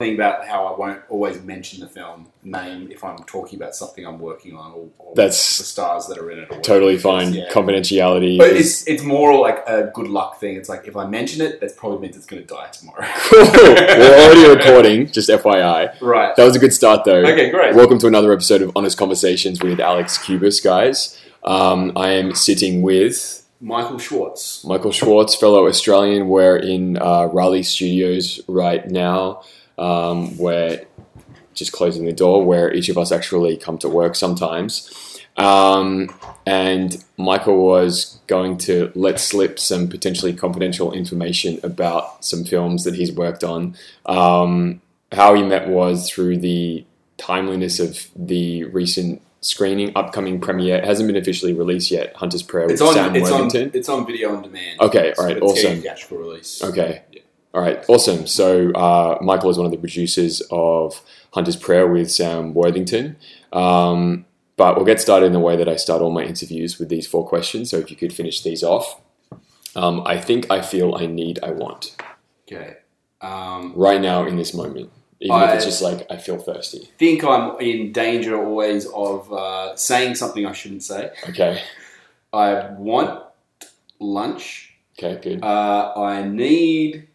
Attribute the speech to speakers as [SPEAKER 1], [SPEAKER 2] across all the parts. [SPEAKER 1] thing about how I won't always mention the film name if I'm talking about something I'm working on or, or
[SPEAKER 2] That's
[SPEAKER 1] the stars that are in it. or whatever
[SPEAKER 2] Totally
[SPEAKER 1] it
[SPEAKER 2] fine.
[SPEAKER 1] is, yeah.
[SPEAKER 2] Confidentiality.
[SPEAKER 1] But
[SPEAKER 2] is-
[SPEAKER 1] it's it's more like a good luck thing. It's like if I mention it, that probably means it's going to die tomorrow.
[SPEAKER 2] cool. We're already recording. Just FYI,
[SPEAKER 1] right.
[SPEAKER 2] that was a good start though.
[SPEAKER 1] Okay, great.
[SPEAKER 2] Welcome to another episode of Honest Conversations with Alex Cubis, guys. Um, I am sitting with
[SPEAKER 1] Michael Schwartz.
[SPEAKER 2] Michael Schwartz, fellow Australian. We're in uh, Raleigh Studios right now. Um, we're just closing the door where each of us actually come to work sometimes. Um, and Michael was going to let slip some potentially confidential information about some films that he's worked on. Um, how he met was through the timeliness of the recent screening, upcoming premiere. It hasn't been officially released yet. Hunter's Prayer with
[SPEAKER 1] It's on.
[SPEAKER 2] Sam
[SPEAKER 1] it's
[SPEAKER 2] Worthington.
[SPEAKER 1] on. It's on video on demand.
[SPEAKER 2] Okay, all right,
[SPEAKER 1] it's getting
[SPEAKER 2] awesome.
[SPEAKER 1] theatrical release.
[SPEAKER 2] Okay.
[SPEAKER 1] Yeah.
[SPEAKER 2] All right. Awesome. So uh, Michael is one of the producers of Hunter's Prayer with Sam Worthington. Um, but we'll get started in the way that I start all my interviews with these four questions. So if you could finish these off. Um, I think I feel I need, I want
[SPEAKER 1] Okay. Um,
[SPEAKER 2] right now in this moment. Even if it's
[SPEAKER 1] I-
[SPEAKER 2] just like I feel thirsty.
[SPEAKER 1] think I'm in danger always of uh, saying something I shouldn't say.
[SPEAKER 2] Okay.
[SPEAKER 1] I want lunch.
[SPEAKER 2] Okay. Good.
[SPEAKER 1] Uh, I need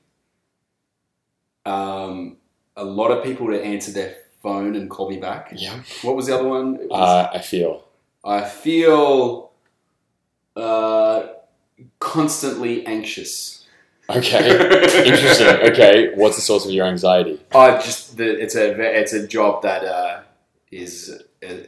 [SPEAKER 1] um, a lot of people to answer their phone and call me back.
[SPEAKER 2] Yeah.
[SPEAKER 1] What was the other one? It was-
[SPEAKER 2] Uh, I feel.
[SPEAKER 1] I feel uh, constantly anxious.
[SPEAKER 2] Okay. Interesting. Okay. What's the source of your anxiety?
[SPEAKER 1] I just the, it's a ve- it's a job that uh, is a,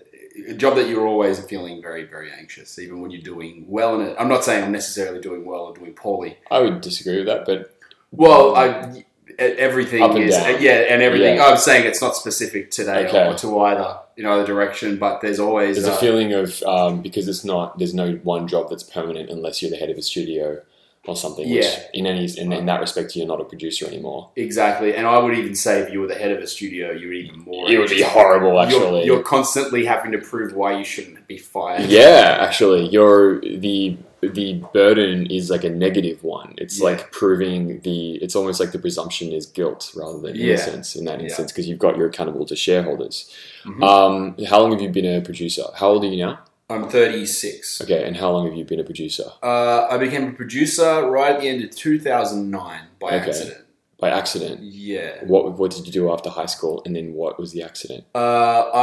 [SPEAKER 1] a job that you're always feeling very very anxious, even when you're doing well in it. I'm not saying I'm necessarily doing well or doing poorly.
[SPEAKER 2] I would disagree with that, but
[SPEAKER 1] Well, I, e- everything
[SPEAKER 2] Up and
[SPEAKER 1] is
[SPEAKER 2] down.
[SPEAKER 1] yeah, and everything.
[SPEAKER 2] Yeah.
[SPEAKER 1] I'm saying it's not specific today
[SPEAKER 2] Okay.
[SPEAKER 1] or to either in either direction, but there's always
[SPEAKER 2] There's a
[SPEAKER 1] uh,
[SPEAKER 2] feeling of um, because it's not there's no one job that's permanent unless you're the head of a studio or something. Which
[SPEAKER 1] Yeah.
[SPEAKER 2] in any in, in that respect, you're not a producer anymore.
[SPEAKER 1] exactly. And I would even say if you were the head of a studio, you're even more.
[SPEAKER 2] It would be
[SPEAKER 1] anxious.
[SPEAKER 2] horrible,
[SPEAKER 1] You're-
[SPEAKER 2] actually.
[SPEAKER 1] you're, constantly having to prove why you shouldn't be fired.
[SPEAKER 2] yeah, actually, you're the the burden is like a negative one. It's
[SPEAKER 1] Yeah.
[SPEAKER 2] like proving the. It's almost like the presumption is guilt rather than
[SPEAKER 1] Yeah.
[SPEAKER 2] innocence in that
[SPEAKER 1] Yeah.
[SPEAKER 2] instance because you've got you're accountable to shareholders.
[SPEAKER 1] Mhm.
[SPEAKER 2] Um, how long have you been a producer? How old are you now?
[SPEAKER 1] I'm 36.
[SPEAKER 2] Okay, and how long have you been a producer
[SPEAKER 1] Uh, I became a producer right at the end of 2009 by
[SPEAKER 2] Okay.
[SPEAKER 1] accident.
[SPEAKER 2] by accident?
[SPEAKER 1] Yeah.
[SPEAKER 2] What what did you do after high school, and then what was the accident?
[SPEAKER 1] Uh,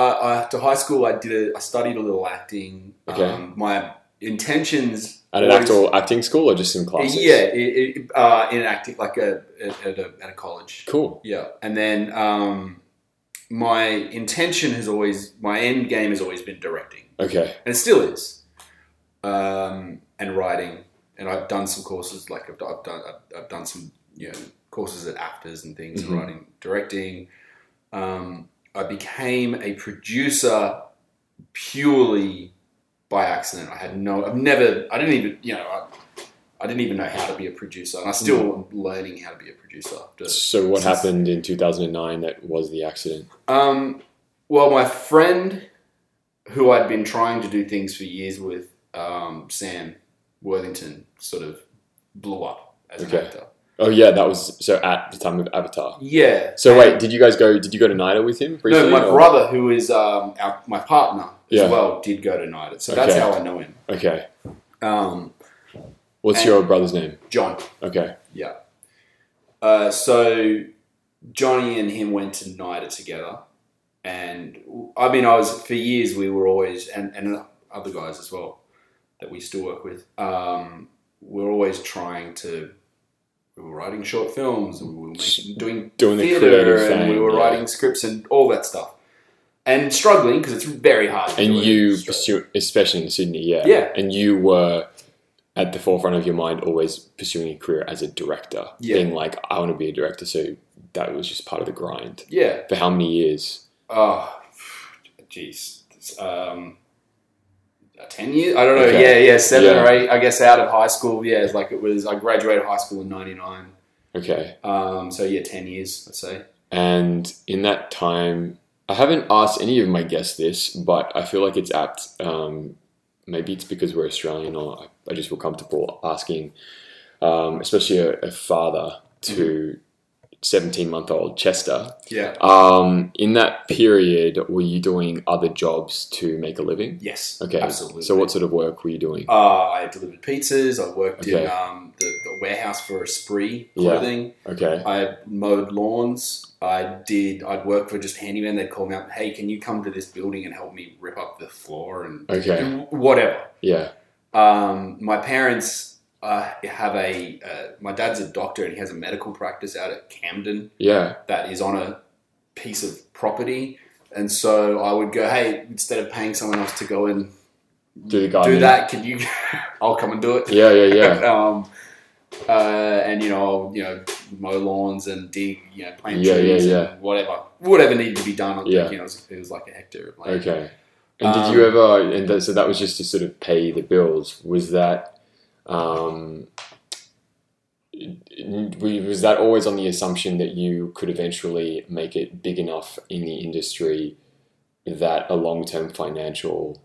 [SPEAKER 1] I, I, after high school, I did. A, I studied a little acting.
[SPEAKER 2] Okay.
[SPEAKER 1] Um, my intentions
[SPEAKER 2] At an
[SPEAKER 1] always-
[SPEAKER 2] actual acting school or just in classes?
[SPEAKER 1] Yeah, it, it, uh, in acting, like a, at, at a, at a college.
[SPEAKER 2] Cool.
[SPEAKER 1] Yeah, and then um, my intention has always, my end game has always been directing,
[SPEAKER 2] Okay.
[SPEAKER 1] and it still is, um, and writing. And I've done some courses, like I've, I've done, I've, I've done some, you know, courses at actors and things,
[SPEAKER 2] Mhm.
[SPEAKER 1] and writing, directing. Um, I became a producer purely by accident. I had no, I've never, I didn't even, you know, I, I didn't even know how to be a producer, and I still am learning how to be a producer. After.
[SPEAKER 2] So what
[SPEAKER 1] Since-
[SPEAKER 2] happened in 2009 that was the accident?
[SPEAKER 1] Um, well, my friend, who I'd been trying to do things for years with, um, Sam Worthington, sort of blew up as
[SPEAKER 2] Okay.
[SPEAKER 1] an actor.
[SPEAKER 2] Oh yeah, that was so at the time of Avatar.
[SPEAKER 1] Yeah.
[SPEAKER 2] So wait, did you guys go did you go to NIDA with him briefly?
[SPEAKER 1] no, my
[SPEAKER 2] or-
[SPEAKER 1] brother, who is um, our, my partner as
[SPEAKER 2] Yeah.
[SPEAKER 1] well, did go to NIDA, so that's
[SPEAKER 2] Okay.
[SPEAKER 1] how I know him.
[SPEAKER 2] Okay.
[SPEAKER 1] Um,
[SPEAKER 2] What's
[SPEAKER 1] And-
[SPEAKER 2] your brother's name?
[SPEAKER 1] John.
[SPEAKER 2] Okay.
[SPEAKER 1] Uh, so Johnny and him went to NIDA together, and I mean, I was for years we were always and and other guys as well that we still work with. Um, we're always trying to. We were writing short films, and we were making, doing
[SPEAKER 2] Doing the
[SPEAKER 1] theater,
[SPEAKER 2] creative
[SPEAKER 1] and
[SPEAKER 2] thing.
[SPEAKER 1] we were
[SPEAKER 2] yeah.
[SPEAKER 1] writing scripts and all that stuff, and struggling because it's very hard. to
[SPEAKER 2] And
[SPEAKER 1] do it
[SPEAKER 2] you
[SPEAKER 1] straight.
[SPEAKER 2] pursue especially in Sydney, yeah.
[SPEAKER 1] Yeah.
[SPEAKER 2] And you were at the forefront of your mind always pursuing a career as a director.
[SPEAKER 1] Yeah.
[SPEAKER 2] Being like, I want to be a director, so that was just part of the grind.
[SPEAKER 1] yeah.
[SPEAKER 2] For how many years?
[SPEAKER 1] Oh, jeez. It's, Um, ten years? I don't know.
[SPEAKER 2] Okay.
[SPEAKER 1] Yeah, yeah, seven
[SPEAKER 2] Yeah.
[SPEAKER 1] or eight. I guess out of high school. Yeah, it's like it was. I graduated high school in '99.
[SPEAKER 2] Okay.
[SPEAKER 1] Um, so yeah, ten years. I'd say.
[SPEAKER 2] And in that time, I haven't asked any of my guests this, but I feel like it's apt. Um, maybe it's because we're Australian, or I, I just feel comfortable asking, um, especially a, a father, to 17 month old Chester.
[SPEAKER 1] Yeah.
[SPEAKER 2] Um, in that period, were you doing other jobs to make a living?
[SPEAKER 1] Yes.
[SPEAKER 2] Okay.
[SPEAKER 1] Absolutely.
[SPEAKER 2] So, what sort of work were you doing?
[SPEAKER 1] Uh, I delivered pizzas. I worked
[SPEAKER 2] Okay.
[SPEAKER 1] in um, the, the warehouse for Esprit
[SPEAKER 2] Yeah.
[SPEAKER 1] clothing.
[SPEAKER 2] Okay.
[SPEAKER 1] I mowed lawns. I did. I'd work for just handyman. They'd call me up. Hey, can you come to this building and help me rip up the floor and
[SPEAKER 2] Okay.
[SPEAKER 1] do whatever.
[SPEAKER 2] Yeah.
[SPEAKER 1] Um, my parents uh, have a. Uh, my dad's a doctor and he has a medical practice out at Camden
[SPEAKER 2] Yeah.
[SPEAKER 1] that is on a piece of property. And so I would go, hey, instead of paying someone else to go and
[SPEAKER 2] Do the guy.
[SPEAKER 1] do that, can you? I'll come and do it.
[SPEAKER 2] Yeah. Yeah. Yeah.
[SPEAKER 1] um, uh, and you know, you know, mow lawns and dig, you know, plant
[SPEAKER 2] Yeah, yeah,
[SPEAKER 1] trees
[SPEAKER 2] yeah.
[SPEAKER 1] and whatever, whatever needed to be done. I think,
[SPEAKER 2] Yeah.
[SPEAKER 1] you know, it was, it was like um, a hectare of land.
[SPEAKER 2] Okay. And did you ever? And that, so that was just to sort of pay the bills. Was that? Um, we- was that always on the assumption that you could eventually make it big enough in the industry that a long-term financial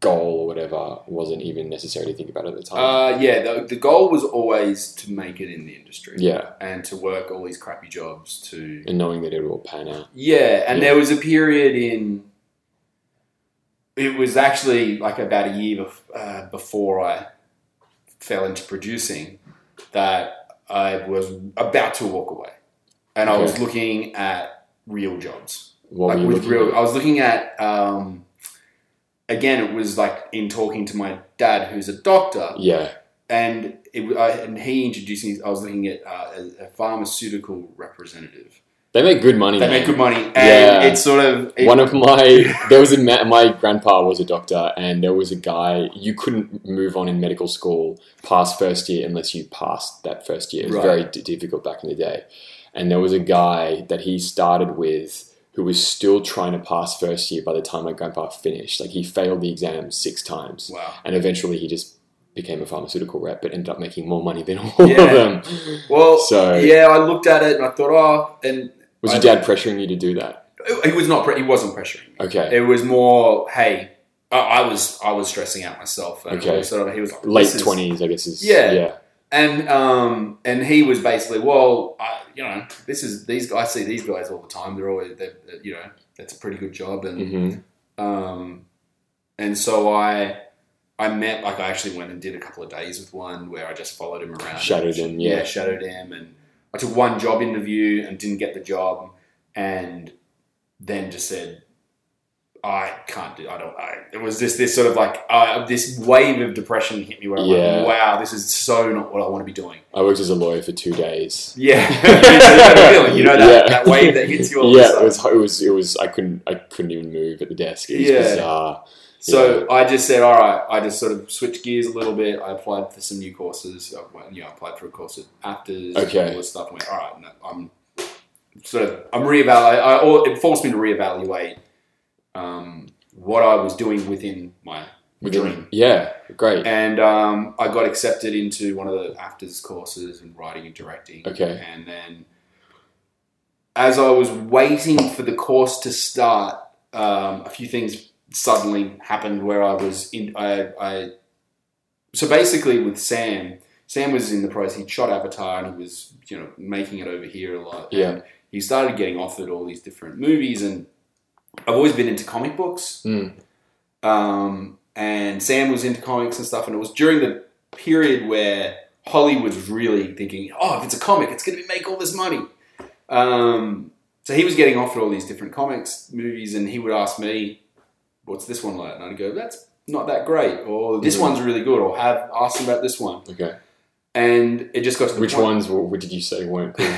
[SPEAKER 2] goal or whatever wasn't even necessary to think about at the time?
[SPEAKER 1] Uh, yeah, the, the goal was always to make it in the industry
[SPEAKER 2] yeah,
[SPEAKER 1] and to work all these crappy jobs to
[SPEAKER 2] and knowing that it will pan out.
[SPEAKER 1] Yeah, and
[SPEAKER 2] Yeah.
[SPEAKER 1] there was a period in. It was actually like about a year bef- uh, before I fell into producing that I was about to walk away, and I was
[SPEAKER 2] Okay.
[SPEAKER 1] looking at real jobs.
[SPEAKER 2] What
[SPEAKER 1] like
[SPEAKER 2] were you
[SPEAKER 1] with
[SPEAKER 2] looking
[SPEAKER 1] real,
[SPEAKER 2] at?
[SPEAKER 1] I was looking at. Um, again, it was like in talking to my dad, who's a doctor,
[SPEAKER 2] Yeah.
[SPEAKER 1] and it, w- I, and he introduced me. I was looking at uh, a, a pharmaceutical representative.
[SPEAKER 2] They make good money.
[SPEAKER 1] They
[SPEAKER 2] man.
[SPEAKER 1] make good money, and
[SPEAKER 2] Yeah.
[SPEAKER 1] it's sort of it-
[SPEAKER 2] One of my there was a ma- my grandpa was a doctor, and there was a guy you couldn't move on in medical school past first year unless you passed that first year. It was
[SPEAKER 1] Right.
[SPEAKER 2] very d- difficult back in the day, and there was a guy that he started with who was still trying to pass first year by the time my grandpa finished. Like he failed the exam six times,
[SPEAKER 1] wow.
[SPEAKER 2] and eventually he just became a pharmaceutical rep, but ended up making more money than all
[SPEAKER 1] Yeah.
[SPEAKER 2] of them.
[SPEAKER 1] Well,
[SPEAKER 2] So-
[SPEAKER 1] yeah, I looked at it and I thought, oh, and
[SPEAKER 2] Was
[SPEAKER 1] I-
[SPEAKER 2] your dad pressuring you to do that?
[SPEAKER 1] he was not. Pre- he wasn't pressuring. Me.
[SPEAKER 2] Okay,
[SPEAKER 1] It was more, hey, I, I was, I was stressing out myself. And
[SPEAKER 2] Okay.
[SPEAKER 1] Sort of, he was like,
[SPEAKER 2] late
[SPEAKER 1] this is-
[SPEAKER 2] twenties, I guess. Is
[SPEAKER 1] Yeah.
[SPEAKER 2] yeah,
[SPEAKER 1] and um, and he was basically, well, I, you know, this is these. guys I see these guys all the time. They're always, they're, you know, that's a pretty good job, and
[SPEAKER 2] hmm
[SPEAKER 1] Um, and so I, I met like I actually went and did a couple of days with one where I just followed him around,
[SPEAKER 2] Shadowed him, yeah.
[SPEAKER 1] shadowed him, and I took one job interview and didn't get the job, and then just said, I can't do, I don't, I, it was just this sort of like uh, this wave of depression hit me where I'm
[SPEAKER 2] Yeah.
[SPEAKER 1] like, wow, this is so not what I want to be doing.
[SPEAKER 2] I worked as a lawyer for two days.
[SPEAKER 1] Yeah, That feeling, you know that,
[SPEAKER 2] Yeah.
[SPEAKER 1] that wave that hits you all of a
[SPEAKER 2] yeah,
[SPEAKER 1] sudden.
[SPEAKER 2] it was, it was. It was. I couldn't. I couldn't even move at the desk. It was
[SPEAKER 1] Yeah.
[SPEAKER 2] bizarre.
[SPEAKER 1] So I just said, all right. I just sort of switched gears a little bit. I applied for some new courses. I went, you know, applied for a course at actors.
[SPEAKER 2] Okay.
[SPEAKER 1] And all this stuff. went, all right. No, I'm sort of I'm reevaluating. I, or it forced me to reevaluate um, what I was doing within my dream.
[SPEAKER 2] Yeah. Great.
[SPEAKER 1] And um, I got accepted into one of the actors courses in writing and directing.
[SPEAKER 2] Okay.
[SPEAKER 1] And then, as I was waiting for the course to start, um, a few things suddenly happened where I was in. I, I so basically with Sam. Sam was in the process. He shot Avatar and he was you know making it over here a lot.
[SPEAKER 2] Yeah.
[SPEAKER 1] And he started getting offered all these different movies, and I've always been into comic books.
[SPEAKER 2] Mm.
[SPEAKER 1] Um, and Sam was into comics and stuff, and it was during the period where Hollywood was really thinking, oh, if it's a comic, it's going to make all this money. Um, so he was getting offered all these different comics movies, and he would ask me, "What's this one like?" And I'd go, "That's not that great," or "This
[SPEAKER 2] Mhm.
[SPEAKER 1] one's really good," or "Have asked him about this one."
[SPEAKER 2] Okay.
[SPEAKER 1] And it just got to the
[SPEAKER 2] Which
[SPEAKER 1] point-
[SPEAKER 2] ones? Were, what did you say weren't cool?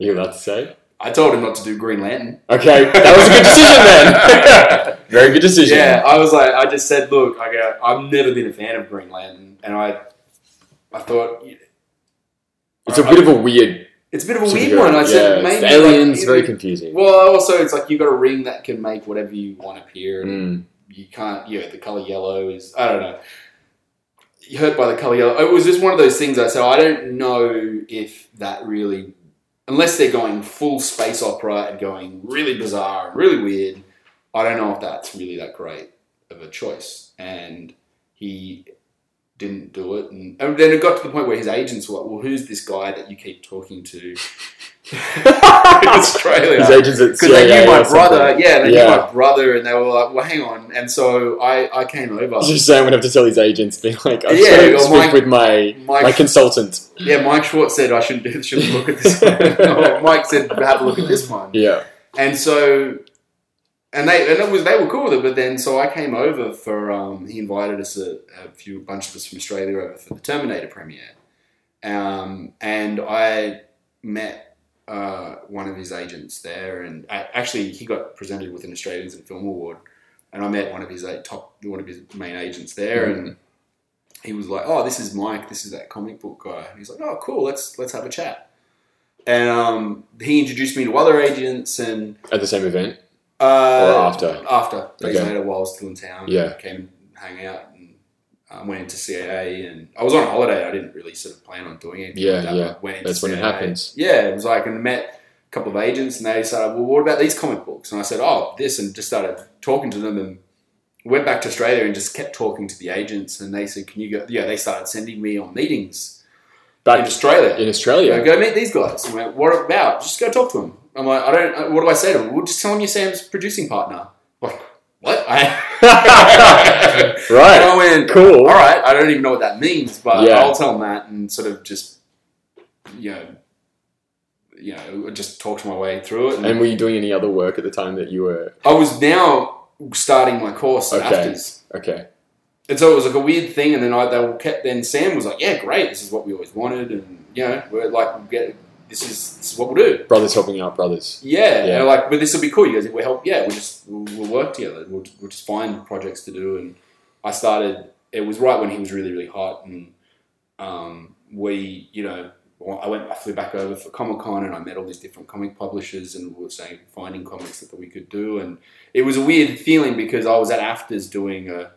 [SPEAKER 2] you allowed to say?
[SPEAKER 1] I told him not to do Green Lantern.
[SPEAKER 2] Okay, that was a good decision then. Very good decision.
[SPEAKER 1] Yeah, I was like, I just said, "Look, I go, I've never been a fan of Green Lantern," and I, I thought
[SPEAKER 2] It's a bit of a weird.
[SPEAKER 1] it's a bit of a weird
[SPEAKER 2] superhero.
[SPEAKER 1] one. I said,
[SPEAKER 2] Yeah,
[SPEAKER 1] maybe
[SPEAKER 2] it's the aliens.
[SPEAKER 1] like,
[SPEAKER 2] very confusing.
[SPEAKER 1] Well, also it's like you got a ring that can make whatever you want appear. and
[SPEAKER 2] Mm,
[SPEAKER 1] You can't, you know, the color yellow is I don't know. You're hurt by the color yellow. It was just one of those things. I so I don't know if that really, unless they're going full space opera and going really bizarre and really weird. I don't know if that's really that great of a choice. And he didn't do it, and, and then it got to the point where his agents were like, "Well, who's this guy that you keep talking to in Australia?"
[SPEAKER 2] His agents at
[SPEAKER 1] because they
[SPEAKER 2] CIA
[SPEAKER 1] knew my
[SPEAKER 2] or something.
[SPEAKER 1] brother, yeah, they
[SPEAKER 2] Yeah.
[SPEAKER 1] knew my brother, and they were like, "Well, hang on," and so I, I came over.
[SPEAKER 2] I was just saying, we'd have to tell his agents, be like, I'm
[SPEAKER 1] Yeah,
[SPEAKER 2] trying to
[SPEAKER 1] well,
[SPEAKER 2] speak
[SPEAKER 1] my-
[SPEAKER 2] with my
[SPEAKER 1] Mike,
[SPEAKER 2] my consultant.
[SPEAKER 1] yeah, Mike Schwartz said I shouldn't do, shouldn't look at this. one. Mike said have a look at this one,
[SPEAKER 2] Yeah,
[SPEAKER 1] and so, and they and it was they were cool with it. But then, so I came over for um, he invited us a, a few a bunch of us from Australia over for the Terminator premiere, um, and I met uh, one of his agents there, and I, actually he got presented with an Australians in Film Award, and I met one of his like, top one of his main agents there, and. He was like, "Oh, this is Mike. This is that comic book guy." And he's like, "Oh, cool. Let's let's have a chat." And um, he introduced me to other agents, and
[SPEAKER 2] at the same event.
[SPEAKER 1] uh,
[SPEAKER 2] Or after?
[SPEAKER 1] After. Days
[SPEAKER 2] Okay.
[SPEAKER 1] later, while I was still in town.
[SPEAKER 2] Yeah.
[SPEAKER 1] Came hang out and um, went into CAA. And I was on holiday. I didn't really sort of plan on doing anything.
[SPEAKER 2] Yeah,
[SPEAKER 1] like that,
[SPEAKER 2] yeah.
[SPEAKER 1] but Went into
[SPEAKER 2] That's when it
[SPEAKER 1] CAA.
[SPEAKER 2] happens.
[SPEAKER 1] Yeah. It was like, and met a couple of agents and they said, well, what about these comic books? And I said, oh, this. And just started talking to them and went back to Australia and just kept talking to the agents. And they said, can you go? Yeah, they started sending me on meetings in
[SPEAKER 2] Back
[SPEAKER 1] Australia.
[SPEAKER 2] in Australia.
[SPEAKER 1] Go, go meet these guys. I'm like, what about? Just go talk to them. I'm like, I don't. uh, What do I say to them? Well, just tell them you're Sam's producing partner. Like, what? I, and
[SPEAKER 2] Right.
[SPEAKER 1] I went,
[SPEAKER 2] Cool.
[SPEAKER 1] All right. I don't even know what that means, but
[SPEAKER 2] Yeah.
[SPEAKER 1] I'll tell them that and sort of just, you know, you know, just talked my way through it. And,
[SPEAKER 2] And were you doing any other work at the time that you were
[SPEAKER 1] I was now starting my course at
[SPEAKER 2] Okay.
[SPEAKER 1] afters.
[SPEAKER 2] okay?
[SPEAKER 1] And so it was like a weird thing, and then I they were kept. Then Sam was like, "Yeah, great. This is what we always wanted, and you know, we're like, we get this is this is what we'll do."
[SPEAKER 2] Brothers helping out brothers.
[SPEAKER 1] Yeah,
[SPEAKER 2] Yeah.
[SPEAKER 1] they're like, but this will be cool. You guys, we help. Yeah, we just we'll, we'll work together. We'll, we'll just find projects to do. And I started. It was right when he was really really hot, and um, we, you know, well, I went. I flew back over for Comic Con, and I met all these different comic publishers, and we were saying finding comics that, we could do. And it was a weird feeling because I was at afters doing a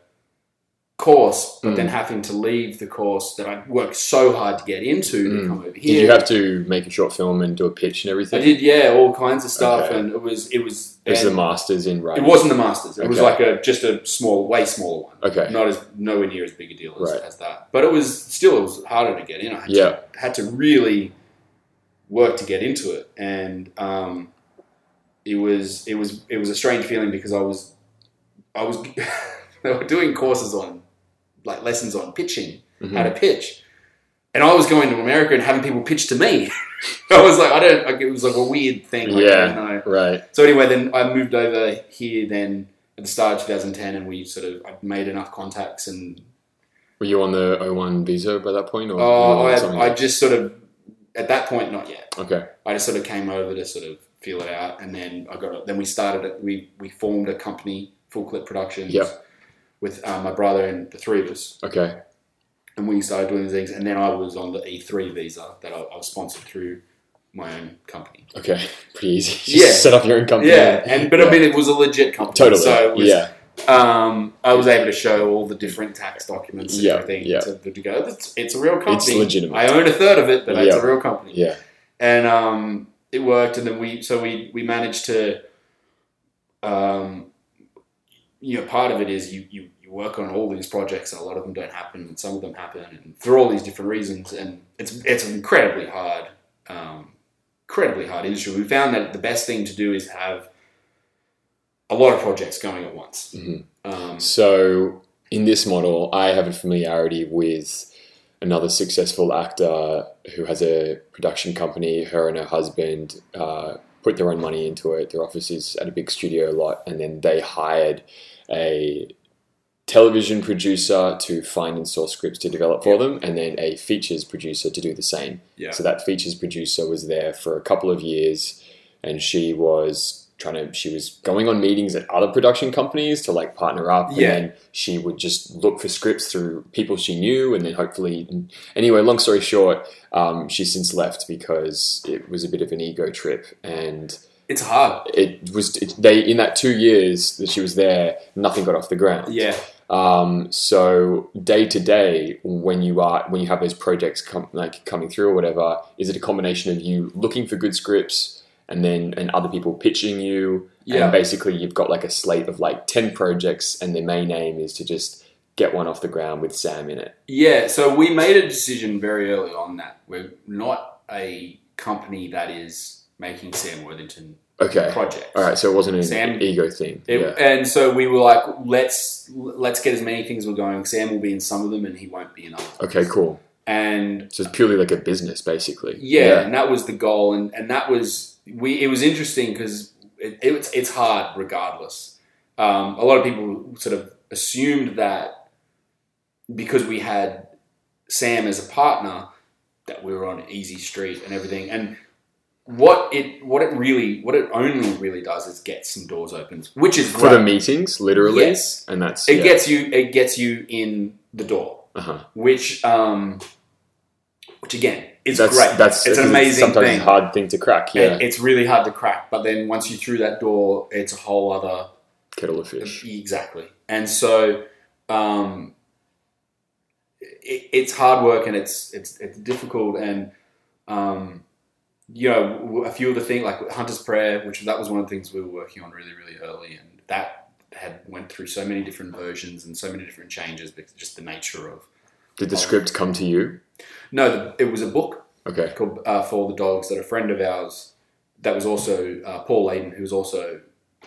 [SPEAKER 1] course, but
[SPEAKER 2] Mm.
[SPEAKER 1] then having to leave the course that I worked so hard to get into
[SPEAKER 2] Mm.
[SPEAKER 1] to come over here.
[SPEAKER 2] Did you have to make a short film and do a pitch and
[SPEAKER 1] I
[SPEAKER 2] everything?
[SPEAKER 1] did, yeah, all kinds of stuff,
[SPEAKER 2] Okay.
[SPEAKER 1] and it was it was
[SPEAKER 2] This is
[SPEAKER 1] and-
[SPEAKER 2] the masters in
[SPEAKER 1] it
[SPEAKER 2] writing.
[SPEAKER 1] wasn't the Masters. It was
[SPEAKER 2] Okay.
[SPEAKER 1] like a just a small, way smaller one.
[SPEAKER 2] Okay.
[SPEAKER 1] Not as nowhere near as big a deal as,
[SPEAKER 2] Right.
[SPEAKER 1] as that. But it was still it was harder to get in. I had,
[SPEAKER 2] Yeah.
[SPEAKER 1] to, had to really work to get into it, and um, it was it was it was a strange feeling because I was I was they were doing courses on like lessons on pitching
[SPEAKER 2] Mhm.
[SPEAKER 1] how to pitch. And I was going to America and having people pitch to me. I was like, I don't. Like, it was like a weird thing. Like, I
[SPEAKER 2] Yeah.
[SPEAKER 1] don't know.
[SPEAKER 2] Right.
[SPEAKER 1] So anyway, then I moved over here then at the start of 2010, and we sort of I made enough contacts, and
[SPEAKER 2] Were you on the O1 visa by that point, or
[SPEAKER 1] oh,
[SPEAKER 2] or something?
[SPEAKER 1] I, I just sort of at that point not yet.
[SPEAKER 2] okay.
[SPEAKER 1] I just sort of came over to sort of feel it out, and then I got a, then we started it. We we formed a company, Full Clip Productions,
[SPEAKER 2] Yep.
[SPEAKER 1] with uh, my brother and the three of us,
[SPEAKER 2] Okay.
[SPEAKER 1] and we started doing these things. And then I was on the E3 visa that I, I was sponsored through my own company.
[SPEAKER 2] Okay. Pretty easy. Just
[SPEAKER 1] Yeah.
[SPEAKER 2] Set up your own company.
[SPEAKER 1] Yeah, and but
[SPEAKER 2] Yeah.
[SPEAKER 1] I mean it was a legit company,
[SPEAKER 2] Totally.
[SPEAKER 1] So it was,
[SPEAKER 2] yeah.
[SPEAKER 1] um, I was able to show all the different tax documents and
[SPEAKER 2] Yeah,
[SPEAKER 1] everything
[SPEAKER 2] yeah.
[SPEAKER 1] to, to go. It's, it's a real company.
[SPEAKER 2] legitimate.
[SPEAKER 1] I own a third of it, but it's
[SPEAKER 2] Yeah.
[SPEAKER 1] a real company.
[SPEAKER 2] Yeah.
[SPEAKER 1] And um, it worked, and then we so we we managed to, um, you know, part of it is you you you work on all these projects, and a lot of them don't happen, and some of them happen, and for all these different reasons, and it's it's incredibly hard, um, incredibly hard industry. We found that the best thing to do is have a lot of projects going at once.
[SPEAKER 2] Mhm.
[SPEAKER 1] Um,
[SPEAKER 2] So in this model, I have a familiarity with another successful actor who has a production company. Her and her husband uh, put their own money into it. Their office is at a big studio lot, and then they hired a television producer to find and source scripts to develop for them, and then a features producer to do the same.
[SPEAKER 1] Yeah.
[SPEAKER 2] So that features producer was there for a couple of years, and she was trying to. She was going on meetings at other production companies to like partner up.
[SPEAKER 1] Yeah.
[SPEAKER 2] And then she would just look for scripts through people she knew, and then hopefully. And anyway, long story short, um, she's since left because it was a bit of an ego trip, and
[SPEAKER 1] It's hard.
[SPEAKER 2] it was it, they in that two years that she was there, nothing got off the ground.
[SPEAKER 1] Yeah.
[SPEAKER 2] Um, so day to day, when you are when you have those projects come, like coming through or whatever, is it a combination of you looking for good scripts and then and other people pitching you?
[SPEAKER 1] Yeah.
[SPEAKER 2] And basically, you've got like a slate of like ten projects, and their main aim is to just get one off the ground with Sam in it.
[SPEAKER 1] Yeah, so we made a decision very early on that we're not a company that is making Sam Worthington
[SPEAKER 2] Okay.
[SPEAKER 1] projects.
[SPEAKER 2] All right. So it wasn't an
[SPEAKER 1] Sam-
[SPEAKER 2] ego thing.
[SPEAKER 1] It-
[SPEAKER 2] yeah.
[SPEAKER 1] And so we were like, let's let's get as many things we're going. Sam will be in some of them, and he won't be in others.
[SPEAKER 2] Okay. Cool.
[SPEAKER 1] And
[SPEAKER 2] So it's purely like a business, basically.
[SPEAKER 1] yeah, and that was the goal, and and that was we. It was interesting because it, it's it's hard regardless. Um, a lot of people sort of assumed that because we had Sam as a partner that we were on easy street and everything, and what it what it really what it only really does is get some doors open, which is
[SPEAKER 2] For
[SPEAKER 1] great.
[SPEAKER 2] the meetings, literally.
[SPEAKER 1] Yes.
[SPEAKER 2] And that's
[SPEAKER 1] it
[SPEAKER 2] yeah.
[SPEAKER 1] gets you it gets you in the door,
[SPEAKER 2] Uh-huh.
[SPEAKER 1] which um, which again is
[SPEAKER 2] that's
[SPEAKER 1] great.
[SPEAKER 2] that's
[SPEAKER 1] it's an amazing
[SPEAKER 2] sometimes
[SPEAKER 1] thing.
[SPEAKER 2] a hard thing to crack. Yeah.
[SPEAKER 1] It- it's really hard to crack. But then once you through that door, it's a whole other
[SPEAKER 2] Kettle of fish.
[SPEAKER 1] exactly. And so, um, it, it's hard work and it's it's it's difficult and um, you know w- a few of the things like Hunter's Prayer, which that was one of the things we were working on really really early, and that had went through so many different versions and so many different changes because just the nature of
[SPEAKER 2] Did the script come to you?
[SPEAKER 1] no, the, it was a book
[SPEAKER 2] Okay.
[SPEAKER 1] called uh, For the Dogs that a friend of ours that was also uh, Paul Layden, who was also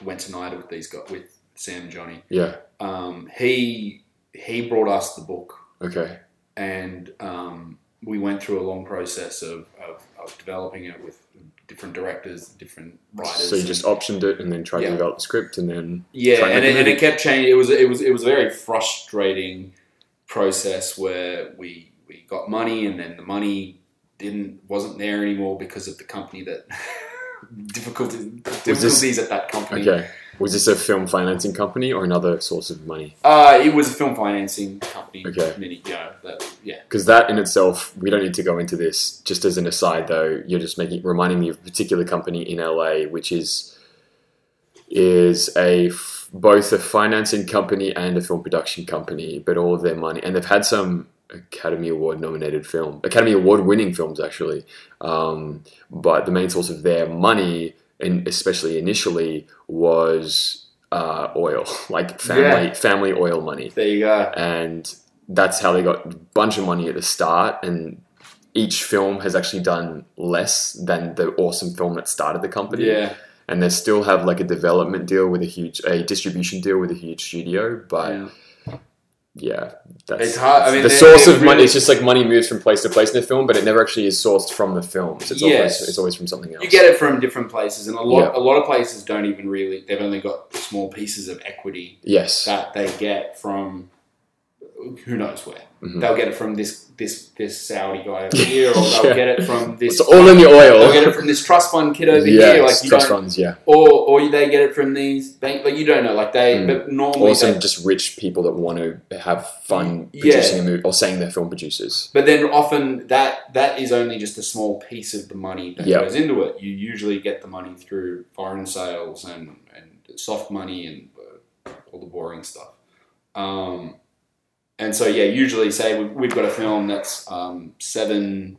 [SPEAKER 1] went to NIDA with these got with Sam and Johnny.
[SPEAKER 2] Yeah.
[SPEAKER 1] Um, he he brought us the book,
[SPEAKER 2] Okay.
[SPEAKER 1] and um, we went through a long process of, of, of developing it with different directors, different writers.
[SPEAKER 2] So you just optioned it and then tried
[SPEAKER 1] Yeah.
[SPEAKER 2] to develop the script and then
[SPEAKER 1] yeah,
[SPEAKER 2] trying to
[SPEAKER 1] and it, and
[SPEAKER 2] communicate.
[SPEAKER 1] it kept changing. It was it was it was a very frustrating process where we we got money and then the money didn't wasn't there anymore because of the company that difficulties
[SPEAKER 2] Was this-
[SPEAKER 1] difficulties at that company.
[SPEAKER 2] Okay. Was this a film financing company or another source of money?
[SPEAKER 1] Uh, it was a film financing company.
[SPEAKER 2] Okay.
[SPEAKER 1] Mini, yeah, that, yeah,
[SPEAKER 2] Because that in itself, we don't need to go into this. Just as an aside, though, you're just making reminding me of a particular company in LA, which is is a f- both a financing company and a film production company, but all of their money, and they've had some Academy Award nominated film, Academy Award winning films actually. Um, but the main source of their money, and especially initially, was uh, oil, like family family oil money
[SPEAKER 1] there you go.
[SPEAKER 2] and that's how they got a bunch of money at the start and each film has actually done less than the awesome film that started the company
[SPEAKER 1] Yeah,
[SPEAKER 2] and they still have like a development deal with a huge a distribution deal with a huge studio but yeah,
[SPEAKER 1] yeah.
[SPEAKER 2] that's
[SPEAKER 1] It's hard- I mean,
[SPEAKER 2] the
[SPEAKER 1] they-
[SPEAKER 2] source
[SPEAKER 1] they
[SPEAKER 2] of money
[SPEAKER 1] really-
[SPEAKER 2] it's just like money moves from place to place in the film but it never actually is sourced from the film so it's
[SPEAKER 1] Yes.
[SPEAKER 2] always it's always from something else
[SPEAKER 1] You get it from different places, and a lot
[SPEAKER 2] Yeah.
[SPEAKER 1] a lot of places don't even really. They've only got small pieces of equity
[SPEAKER 2] yes
[SPEAKER 1] that they get from who knows where.
[SPEAKER 2] Mhm.
[SPEAKER 1] They'll get it from this this this Saudi guy over here, or they'll
[SPEAKER 2] Yeah.
[SPEAKER 1] get it from this.
[SPEAKER 2] it's all in the
[SPEAKER 1] They'll get
[SPEAKER 2] oil
[SPEAKER 1] it from this trust fund kid over here, like
[SPEAKER 2] yes
[SPEAKER 1] you
[SPEAKER 2] trust
[SPEAKER 1] don't,
[SPEAKER 2] funds yeah
[SPEAKER 1] or or they get it from these bank, like you don't know, like they.
[SPEAKER 2] Mm.
[SPEAKER 1] But normally,
[SPEAKER 2] or some
[SPEAKER 1] they-
[SPEAKER 2] just rich people that want to have fun
[SPEAKER 1] Yeah.
[SPEAKER 2] producing a movie or saying they're film producers.
[SPEAKER 1] but then often that that is only just a small piece of the money that
[SPEAKER 2] Yeah.
[SPEAKER 1] goes into it. You usually get the money through foreign sales and and soft money and uh, all the boring stuff. Um, and so yeah, usually say we've, we've got a film that's um, seven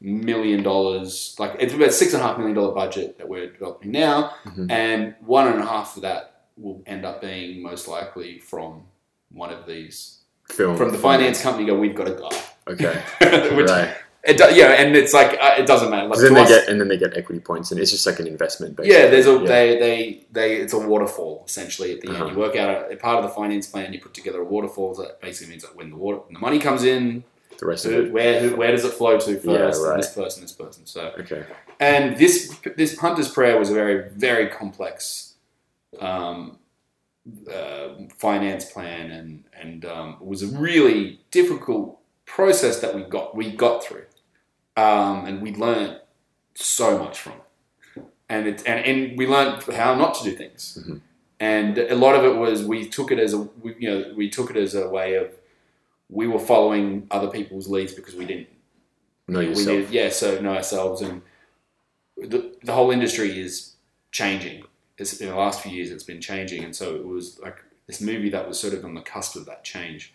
[SPEAKER 1] million dollars, like it's about six and a half million dollar budget that we're developing now,
[SPEAKER 2] Mhm.
[SPEAKER 1] and one and a half of that will end up being most likely from one of these
[SPEAKER 2] Film
[SPEAKER 1] from the finance company. Go, we've got a guy,
[SPEAKER 2] Okay,
[SPEAKER 1] which
[SPEAKER 2] right.
[SPEAKER 1] it do, yeah, and it's like uh, it doesn't matter. Like,
[SPEAKER 2] 'Cause then
[SPEAKER 1] to
[SPEAKER 2] they
[SPEAKER 1] us-
[SPEAKER 2] get and then they get equity points, and it's just like an investment. Basically.
[SPEAKER 1] yeah, there's a
[SPEAKER 2] Yeah.
[SPEAKER 1] they they they it's a waterfall essentially at the
[SPEAKER 2] Uh-huh.
[SPEAKER 1] end. You work out a, a part of the finance plan. You put together a waterfall. So that basically means that when the water when the money comes in,
[SPEAKER 2] the rest of
[SPEAKER 1] who,
[SPEAKER 2] it.
[SPEAKER 1] where who, where does it flow to first?
[SPEAKER 2] Yeah,
[SPEAKER 1] And
[SPEAKER 2] right.
[SPEAKER 1] this person, this person. So
[SPEAKER 2] Okay,
[SPEAKER 1] and this this punter's prayer was a very very complex um, uh, finance plan and and um, it was a really difficult process that we got we got through um, and we learned so much from it and it and, and we learned how not to do things
[SPEAKER 2] Mhm.
[SPEAKER 1] and a lot of it was we took it as a we, you know we took it as a way of we were following other people's leads because we didn't
[SPEAKER 2] know
[SPEAKER 1] we
[SPEAKER 2] yourself.
[SPEAKER 1] need- yeah, so know ourselves, and the, the whole industry is changing. It's, in the last few years, it's been changing, and so it was like this movie that was sort of on the cusp of that change,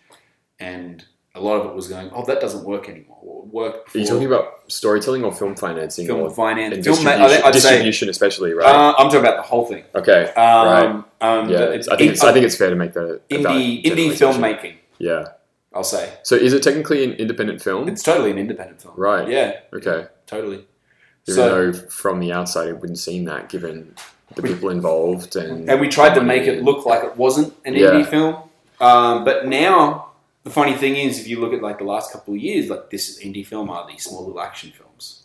[SPEAKER 1] and a lot of it was going, "Oh, that doesn't work anymore." Or work.
[SPEAKER 2] Are you
[SPEAKER 1] for
[SPEAKER 2] talking about storytelling or film financing
[SPEAKER 1] film
[SPEAKER 2] or
[SPEAKER 1] finance?
[SPEAKER 2] and
[SPEAKER 1] Film, ma-
[SPEAKER 2] distribution,
[SPEAKER 1] I think I'd say
[SPEAKER 2] distribution especially? Right.
[SPEAKER 1] uh, I'm talking about the whole thing.
[SPEAKER 2] okay.
[SPEAKER 1] Um, um,
[SPEAKER 2] yeah,
[SPEAKER 1] the-
[SPEAKER 2] it's, I think it's, I think it's fair to make that. that
[SPEAKER 1] indie indie
[SPEAKER 2] generalization.
[SPEAKER 1] filmmaking.
[SPEAKER 2] Yeah.
[SPEAKER 1] I'll say
[SPEAKER 2] So is it technically an independent film?
[SPEAKER 1] it's totally an independent film.
[SPEAKER 2] Right.
[SPEAKER 1] Yeah,
[SPEAKER 2] Okay.
[SPEAKER 1] totally.
[SPEAKER 2] Even
[SPEAKER 1] So-
[SPEAKER 2] though from the outside it wouldn't seem that, given the people involved and
[SPEAKER 1] And we tried to make it look like it wasn't an
[SPEAKER 2] Yeah.
[SPEAKER 1] indie film. Um, but now, the funny thing is, if you look at like the last couple of years, like this is indie film are these small little action films.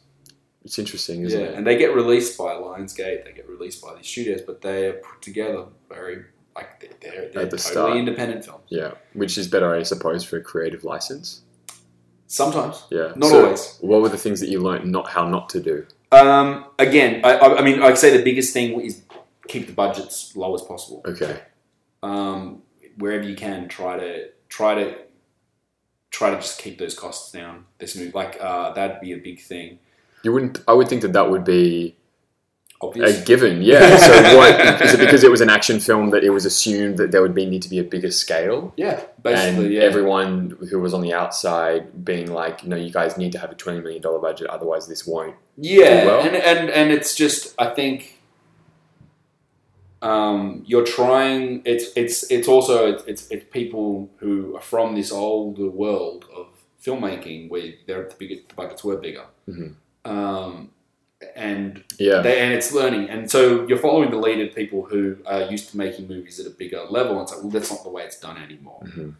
[SPEAKER 2] it's interesting, isn't
[SPEAKER 1] yeah,
[SPEAKER 2] it?
[SPEAKER 1] and they get released by Lionsgate, they get released by these studios, but they are put together very like they're, they're, they're
[SPEAKER 2] the
[SPEAKER 1] totally
[SPEAKER 2] start.
[SPEAKER 1] independent films.
[SPEAKER 2] Yeah, which is better, I suppose, for a creative license.
[SPEAKER 1] Sometimes,
[SPEAKER 2] Yeah,
[SPEAKER 1] not
[SPEAKER 2] So
[SPEAKER 1] always.
[SPEAKER 2] What were the things that you learned not how not to do?
[SPEAKER 1] Um, again, I, I, I mean, I'd say the biggest thing is keep the budgets low as possible.
[SPEAKER 2] Okay,
[SPEAKER 1] um, wherever you can, try to try to try to just keep those costs down. This move, like uh, that'd be a big thing.
[SPEAKER 2] you wouldn't. I would think that that would be a
[SPEAKER 1] Obvious.
[SPEAKER 2] given. Yeah. So what is it because it was an action film that it was assumed that there would be need to be a bigger scale?
[SPEAKER 1] yeah, basically,
[SPEAKER 2] and
[SPEAKER 1] yeah.
[SPEAKER 2] everyone who was on the outside being like, you know, you guys need to have a twenty million dollar budget, otherwise this won't.
[SPEAKER 1] yeah,
[SPEAKER 2] do well.
[SPEAKER 1] and, and and it's just I think um, you're trying. It's it's it's also it's, it's it's people who are from this older world of filmmaking where they're the bigger the budgets were bigger.
[SPEAKER 2] Mhm.
[SPEAKER 1] Um, and
[SPEAKER 2] Yeah.
[SPEAKER 1] They, and it's learning. And so you're following the lead of people who are used to making movies at a bigger level. And it's like, well, that's not the way it's done anymore.
[SPEAKER 2] Mhm.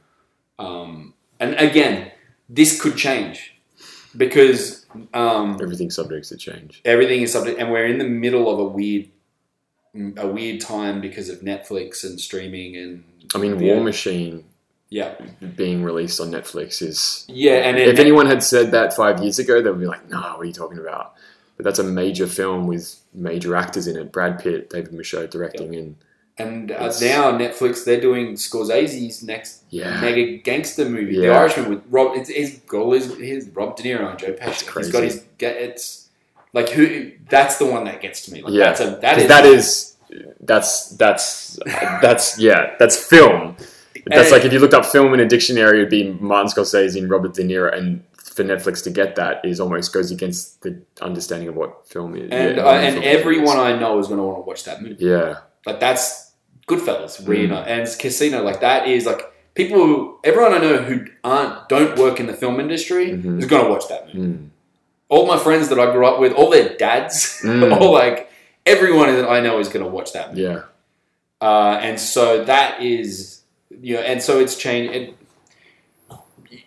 [SPEAKER 1] Um, and again, this could change because um,
[SPEAKER 2] Everything's subject to change.
[SPEAKER 1] everything is subject, and we're in the middle of a weird, a weird time because of Netflix and streaming and.
[SPEAKER 2] I mean,
[SPEAKER 1] Yeah.
[SPEAKER 2] War Machine
[SPEAKER 1] Yeah,
[SPEAKER 2] being released on Netflix is
[SPEAKER 1] yeah, and then
[SPEAKER 2] if anyone had said that five years ago, they would be like, "Nah, what are you talking about?" But that's a major film with major actors in it: Brad Pitt, David Michaud directing, and
[SPEAKER 1] and uh,
[SPEAKER 2] It's-
[SPEAKER 1] now Netflix they're doing Scorsese's next
[SPEAKER 2] yeah,
[SPEAKER 1] mega gangster movie, The
[SPEAKER 2] Yeah.
[SPEAKER 1] Irishman with Rob. It's, his goal is his Rob De Niro and Joe Pesci. He's
[SPEAKER 2] crazy.
[SPEAKER 1] got his get. It's like who? That's the one that gets to me. Like
[SPEAKER 2] Yeah.
[SPEAKER 1] that's a that
[SPEAKER 2] 'Cause
[SPEAKER 1] is
[SPEAKER 2] that is that's that's that's yeah, that's film. That's
[SPEAKER 1] And-
[SPEAKER 2] like if you looked up film in a dictionary, it'd be Martin Scorsese and Robert De Niro, and for Netflix to get that is almost goes against the understanding of what film is.
[SPEAKER 1] and
[SPEAKER 2] yeah,
[SPEAKER 1] I,
[SPEAKER 2] what
[SPEAKER 1] and
[SPEAKER 2] film is.
[SPEAKER 1] everyone I know is going to want to watch that movie.
[SPEAKER 2] yeah,
[SPEAKER 1] Like that's Goodfellas,
[SPEAKER 2] Mm.
[SPEAKER 1] Reno, and Casino. Like that is like people. Who, everyone I know who aren't don't work in the film industry
[SPEAKER 2] Mhm.
[SPEAKER 1] is going to watch that movie.
[SPEAKER 2] Mm.
[SPEAKER 1] All my friends that I grew up with, all their dads,
[SPEAKER 2] Mm.
[SPEAKER 1] all like everyone that I know is going to watch that movie.
[SPEAKER 2] yeah,
[SPEAKER 1] uh, and so that is you know, and so it's changed.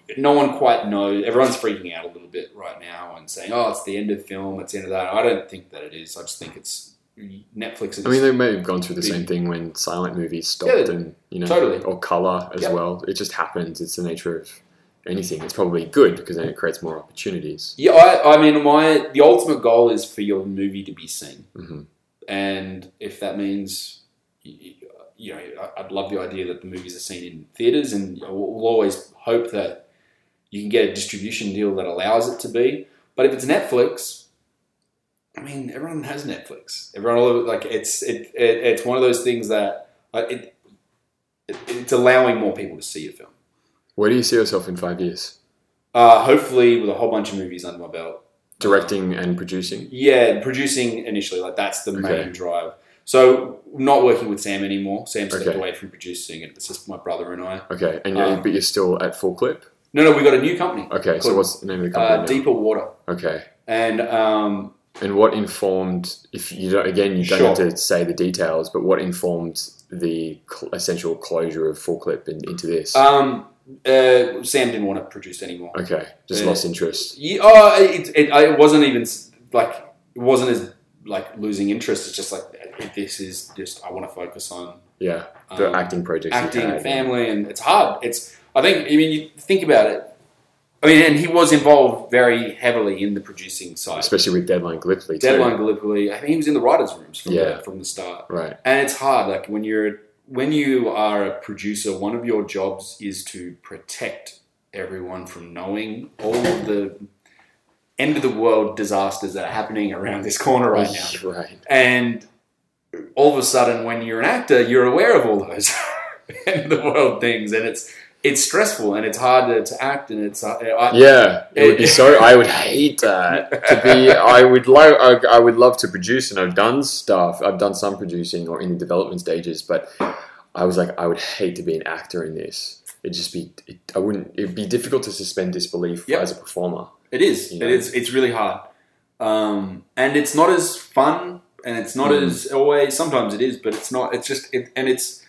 [SPEAKER 1] It, no one quite knows. Everyone's freaking out a little bit right now and saying, "Oh, it's the end of film. It's the end of that." I don't think that it is. I just think it's Netflix. Is,
[SPEAKER 2] I mean, they may have gone through the
[SPEAKER 1] Big-
[SPEAKER 2] same thing when silent movies stopped,
[SPEAKER 1] Yeah,
[SPEAKER 2] and you know,
[SPEAKER 1] totally.
[SPEAKER 2] or color as
[SPEAKER 1] Yep.
[SPEAKER 2] well. It just happens. It's the nature of anything. It's probably good because then it creates more opportunities.
[SPEAKER 1] yeah, I, I mean, my the ultimate goal is for your movie to be seen,
[SPEAKER 2] Mhm.
[SPEAKER 1] and if that means. You, you know, I- I'd love the idea that the movies are seen in theaters, and we'll always hope that you can get a distribution deal that allows it to be. But if it's Netflix, I mean, everyone has Netflix. Everyone all over, like it's it, it it's one of those things that uh, it, it it's allowing more people to see your film.
[SPEAKER 2] Where do you see yourself in five years?
[SPEAKER 1] Uh, hopefully, with a whole bunch of movies under my belt,
[SPEAKER 2] Directing and producing.
[SPEAKER 1] Yeah, producing initially, like that's the
[SPEAKER 2] Okay.
[SPEAKER 1] main drive. So not working with Sam anymore. Sam stepped
[SPEAKER 2] Okay.
[SPEAKER 1] away from producing, and it's just my brother and I.
[SPEAKER 2] Okay, and you
[SPEAKER 1] Um,
[SPEAKER 2] but you're still at full clip.
[SPEAKER 1] No, no, we got a new company,
[SPEAKER 2] Okay, so
[SPEAKER 1] Cool.
[SPEAKER 2] what's the name of the
[SPEAKER 1] uh,
[SPEAKER 2] company? now?
[SPEAKER 1] Deeper Water,
[SPEAKER 2] okay,
[SPEAKER 1] and um,
[SPEAKER 2] and what informed? If you don't, again, you don't have to say the details, but what informed the cl- essential closure of full clip and into this?
[SPEAKER 1] um, uh, Sam didn't want to produce anymore.
[SPEAKER 2] okay, just
[SPEAKER 1] yeah.
[SPEAKER 2] lost interest.
[SPEAKER 1] Yeah, oh, it, it, I- it wasn't even s- like it wasn't as like losing interest. It's just like this is just I want to focus on
[SPEAKER 2] Yeah,
[SPEAKER 1] um,
[SPEAKER 2] the acting projects. you
[SPEAKER 1] acting
[SPEAKER 2] had.
[SPEAKER 1] and family and it's hard it's i think i mean you think about it i mean and he was involved very heavily in the producing side
[SPEAKER 2] especially with Deadline Gallipoli.
[SPEAKER 1] deadline
[SPEAKER 2] Too.
[SPEAKER 1] gallipoli i think he was in the writers rooms from,
[SPEAKER 2] Yeah.
[SPEAKER 1] the, from the start
[SPEAKER 2] Right.
[SPEAKER 1] and it's hard like when you're when you are a producer one of your jobs is to protect everyone from knowing all of the end of the world disasters that are happening around this corner right now
[SPEAKER 2] Right.
[SPEAKER 1] and all of a sudden, when you're an actor, you're aware of all those end of the world things, and it's it's stressful and it's hard to, to act, and it's uh, I,
[SPEAKER 2] Yeah. It would be so. I would hate that to be. I would love. I, I would love to produce, and I've done stuff. I've done some producing or in the development stages, but I was like, I would hate to be an actor in this. it'd just be it, I wouldn't it'd be difficult to suspend disbelief
[SPEAKER 1] Yep.
[SPEAKER 2] as a performer.
[SPEAKER 1] It is.
[SPEAKER 2] You know?
[SPEAKER 1] It is. It's really hard, um, and it's not as fun, and it's not
[SPEAKER 2] Mm.
[SPEAKER 1] as always. Sometimes it is, but it's not. It's just, it, and it's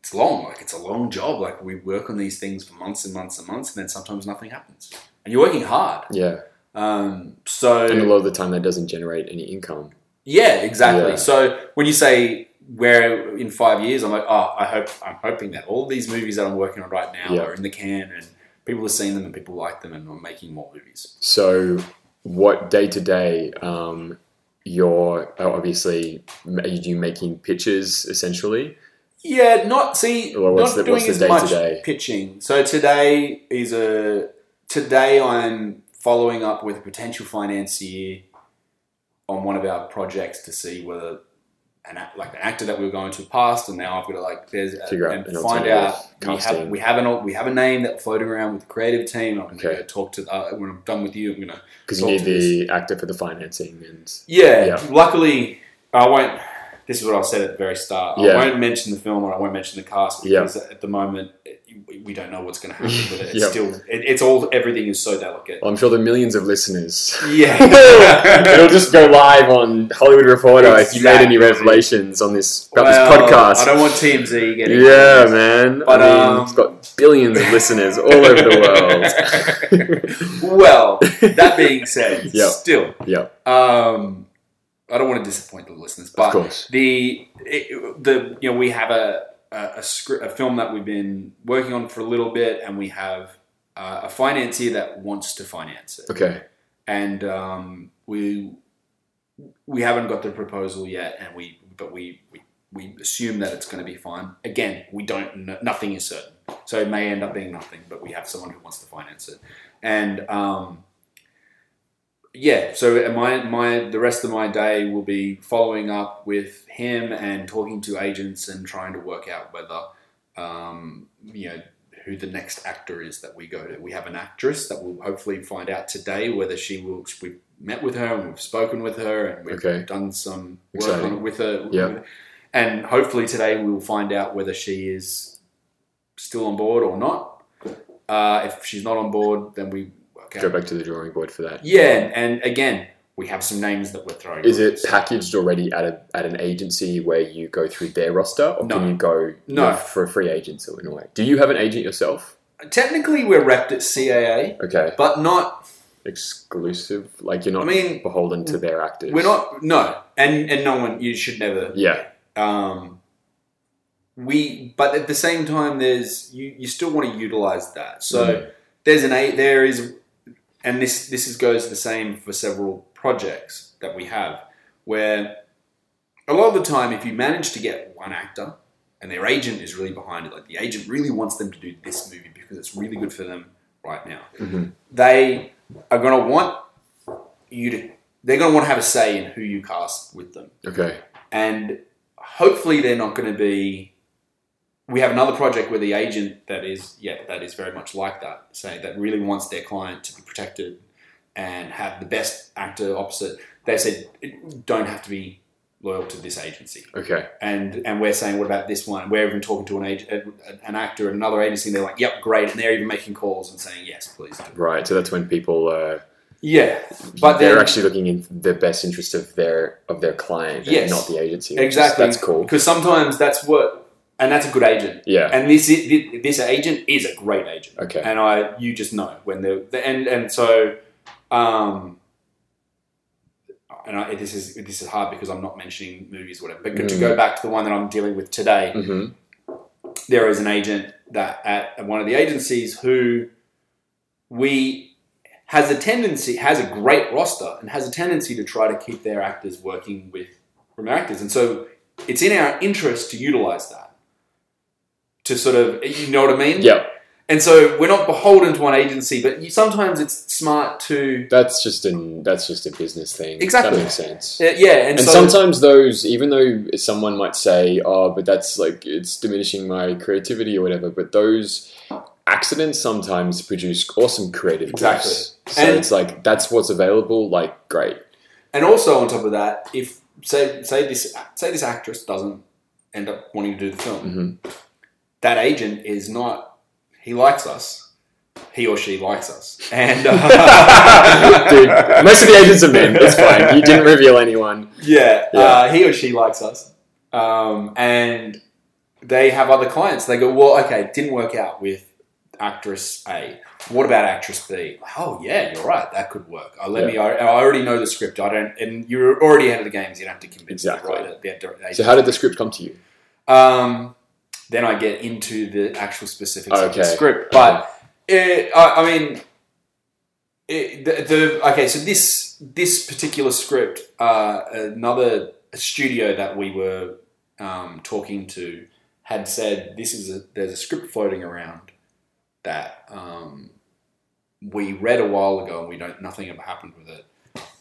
[SPEAKER 1] it's long. Like it's a long job. Like we work on these things for months and months and months, and then sometimes nothing happens, and you're working hard.
[SPEAKER 2] Yeah,
[SPEAKER 1] Um, so
[SPEAKER 2] and a lot of the time that doesn't generate any income.
[SPEAKER 1] yeah, exactly.
[SPEAKER 2] Yeah.
[SPEAKER 1] So when you say where in five years, I'm like, oh, I hope I'm hoping that all these movies that I'm working on right now
[SPEAKER 2] Yeah.
[SPEAKER 1] are in the can and people have seen them and people like them and I'm making more movies.
[SPEAKER 2] So, what day to day, um, you're oh, obviously m- are you making pitches essentially?
[SPEAKER 1] Yeah, not see,
[SPEAKER 2] Well, what's
[SPEAKER 1] not
[SPEAKER 2] the-
[SPEAKER 1] doing
[SPEAKER 2] what's the
[SPEAKER 1] as
[SPEAKER 2] day
[SPEAKER 1] much
[SPEAKER 2] today?
[SPEAKER 1] pitching. So today is a today I'm following up with a potential financier on one of our projects to see whether an act, like an actor that we were going to passed, and now I've got to like there's
[SPEAKER 2] Figure out
[SPEAKER 1] and
[SPEAKER 2] an
[SPEAKER 1] find
[SPEAKER 2] alternative
[SPEAKER 1] out we have
[SPEAKER 2] casting.
[SPEAKER 1] we have an al- we have a name that floating around with the creative team. I'm going to
[SPEAKER 2] Okay.
[SPEAKER 1] go talk to uh, when I'm done with you. I'm going to
[SPEAKER 2] Because you
[SPEAKER 1] Talk
[SPEAKER 2] need
[SPEAKER 1] to
[SPEAKER 2] the actor for the financing and
[SPEAKER 1] yeah,
[SPEAKER 2] Yeah.
[SPEAKER 1] luckily, I won't. This is what I said at the very start.
[SPEAKER 2] Yeah.
[SPEAKER 1] I won't mention the film or I won't mention the cast
[SPEAKER 2] Yeah.
[SPEAKER 1] because at the moment it- we- we don't know what's going to happen with it. It's
[SPEAKER 2] Yeah.
[SPEAKER 1] still, it, it's all everything is so delicate.
[SPEAKER 2] well, I'm sure there are millions of listeners.
[SPEAKER 1] Yeah.
[SPEAKER 2] It'll just go live on Hollywood Reporter if you made any
[SPEAKER 1] Exactly.
[SPEAKER 2] revelations on this about
[SPEAKER 1] Well,
[SPEAKER 2] this podcast.
[SPEAKER 1] I don't want TMZ getting.
[SPEAKER 2] yeah, man.
[SPEAKER 1] But,
[SPEAKER 2] I mean,
[SPEAKER 1] um,
[SPEAKER 2] it's got billions of listeners all over the world.
[SPEAKER 1] Well, that being said,
[SPEAKER 2] Yeah.
[SPEAKER 1] still,
[SPEAKER 2] yeah,
[SPEAKER 1] um, I don't want to disappoint the listeners,
[SPEAKER 2] of
[SPEAKER 1] but
[SPEAKER 2] course.
[SPEAKER 1] the it, the you know we have a a, a, script, a film that we've been working on for a little bit, and we have uh, a financier that wants to finance it,
[SPEAKER 2] Okay.
[SPEAKER 1] and um, we we haven't got the proposal yet, and we but we we, we assume that it's going to be fine. Again, we don't know, nothing is certain, so it may end up being nothing, but we have someone who wants to finance it, and. Um, yeah, so my my the rest of my day will be following up with him and talking to agents and trying to work out whether um, you know who the next actor is that we go to. We have an actress that we'll hopefully find out today whether she will. We have met with her and we've spoken with her and we've
[SPEAKER 2] Okay.
[SPEAKER 1] done some work
[SPEAKER 2] Exciting.
[SPEAKER 1] on it with her.
[SPEAKER 2] Yeah.
[SPEAKER 1] and hopefully today we will find out whether she is still on board or not. Uh, if she's not on board, then we okay.
[SPEAKER 2] Go back to the drawing board for that.
[SPEAKER 1] Yeah, and again, we have some names that we're throwing.
[SPEAKER 2] Is it
[SPEAKER 1] So-
[SPEAKER 2] packaged already at, a, at an agency where you go through their roster, or
[SPEAKER 1] No.
[SPEAKER 2] can you go
[SPEAKER 1] No.
[SPEAKER 2] for a free agent in a way? Do you have an agent yourself?
[SPEAKER 1] Technically, we're wrapped at CAA,
[SPEAKER 2] Okay,
[SPEAKER 1] but not.
[SPEAKER 2] exclusive. Like you're
[SPEAKER 1] I
[SPEAKER 2] not
[SPEAKER 1] mean,
[SPEAKER 2] beholden to their actors.
[SPEAKER 1] we're not. No, and and no one. You should never.
[SPEAKER 2] Yeah,
[SPEAKER 1] Um, we, but at the same time, there's you. You still want to utilize that. So there's an a there is, and this this is goes the same for several projects that we have, where a lot of the time, if you manage to get one actor and their agent is really behind it, like the agent really wants them to do this movie because it's really good for them right now.
[SPEAKER 2] Mhm.
[SPEAKER 1] They are going to want you to. They're going to want to have a say in who you cast with them
[SPEAKER 2] okay.
[SPEAKER 1] and hopefully they're not going to be. We have another project where the agent that is yeah that is very much like that, say that really wants their client to be protected and have the best actor opposite. They said don't have to be loyal to this agency,
[SPEAKER 2] Okay.
[SPEAKER 1] and and we're saying what about this one? We're even talking to an agent, an actor at another agency, and they're like yep great, and they're even making calls and saying yes please. do it."
[SPEAKER 2] Right. So that's when people uh,
[SPEAKER 1] Yeah, but
[SPEAKER 2] they're
[SPEAKER 1] then-
[SPEAKER 2] actually looking in the best interest of their of their client, and
[SPEAKER 1] Yes.
[SPEAKER 2] not the agency. which is-
[SPEAKER 1] exactly
[SPEAKER 2] that's cool.
[SPEAKER 1] because sometimes that's what and that's a good agent.
[SPEAKER 2] Yeah.
[SPEAKER 1] And this is, this agent is a great agent.
[SPEAKER 2] Okay.
[SPEAKER 1] and I you just know when they're and and so um and I, this is this is hard because I'm not mentioning movies whatever but to
[SPEAKER 2] Mm.
[SPEAKER 1] go back to the one that I'm dealing with today
[SPEAKER 2] hmm
[SPEAKER 1] there is an agent that at one of the agencies who we has a tendency has a great roster and has a tendency to try to keep their actors working with from actors and so it's in our interest to utilize that to sort of you know what I mean
[SPEAKER 2] Yeah.
[SPEAKER 1] and so we're not beholden to one agency, but you, sometimes it's smart to
[SPEAKER 2] That's just an that's just a business thing.
[SPEAKER 1] Exactly.
[SPEAKER 2] That makes sense.
[SPEAKER 1] Uh, yeah. And,
[SPEAKER 2] And
[SPEAKER 1] so,
[SPEAKER 2] sometimes those, even though someone might say, "Oh, but that's like it's diminishing my creativity or whatever," but those accidents sometimes produce awesome creative
[SPEAKER 1] Exactly.
[SPEAKER 2] gifts. So
[SPEAKER 1] And-
[SPEAKER 2] it's like that's what's available. Like, great.
[SPEAKER 1] and also on top of that, if say say this say this actress doesn't end up wanting to do the film,
[SPEAKER 2] hmm
[SPEAKER 1] that agent is not he likes us. He or she likes us. And uh,
[SPEAKER 2] Dude, most of the agents are men. It's fine. You didn't reveal anyone.
[SPEAKER 1] yeah,
[SPEAKER 2] Yeah.
[SPEAKER 1] Uh, he or she likes us. Um, and they have other clients. They go, well, okay, it didn't work out with actress A. What about actress B? Oh, yeah, you're right. That could work. I let
[SPEAKER 2] Yeah.
[SPEAKER 1] me. I, I already know the script. I don't. And you're already ahead of the games. You don't have to convince
[SPEAKER 2] Exactly.
[SPEAKER 1] the writer. The, the
[SPEAKER 2] So how did the script come to you?
[SPEAKER 1] um, then I get into the actual specifics of the
[SPEAKER 2] Okay.
[SPEAKER 1] script. But it, I, I mean, it, the, the okay. So this this particular script, uh, another studio that we were um, talking to had said this is a, there's a script floating around that um, we read a while ago and we don't nothing ever happened with it,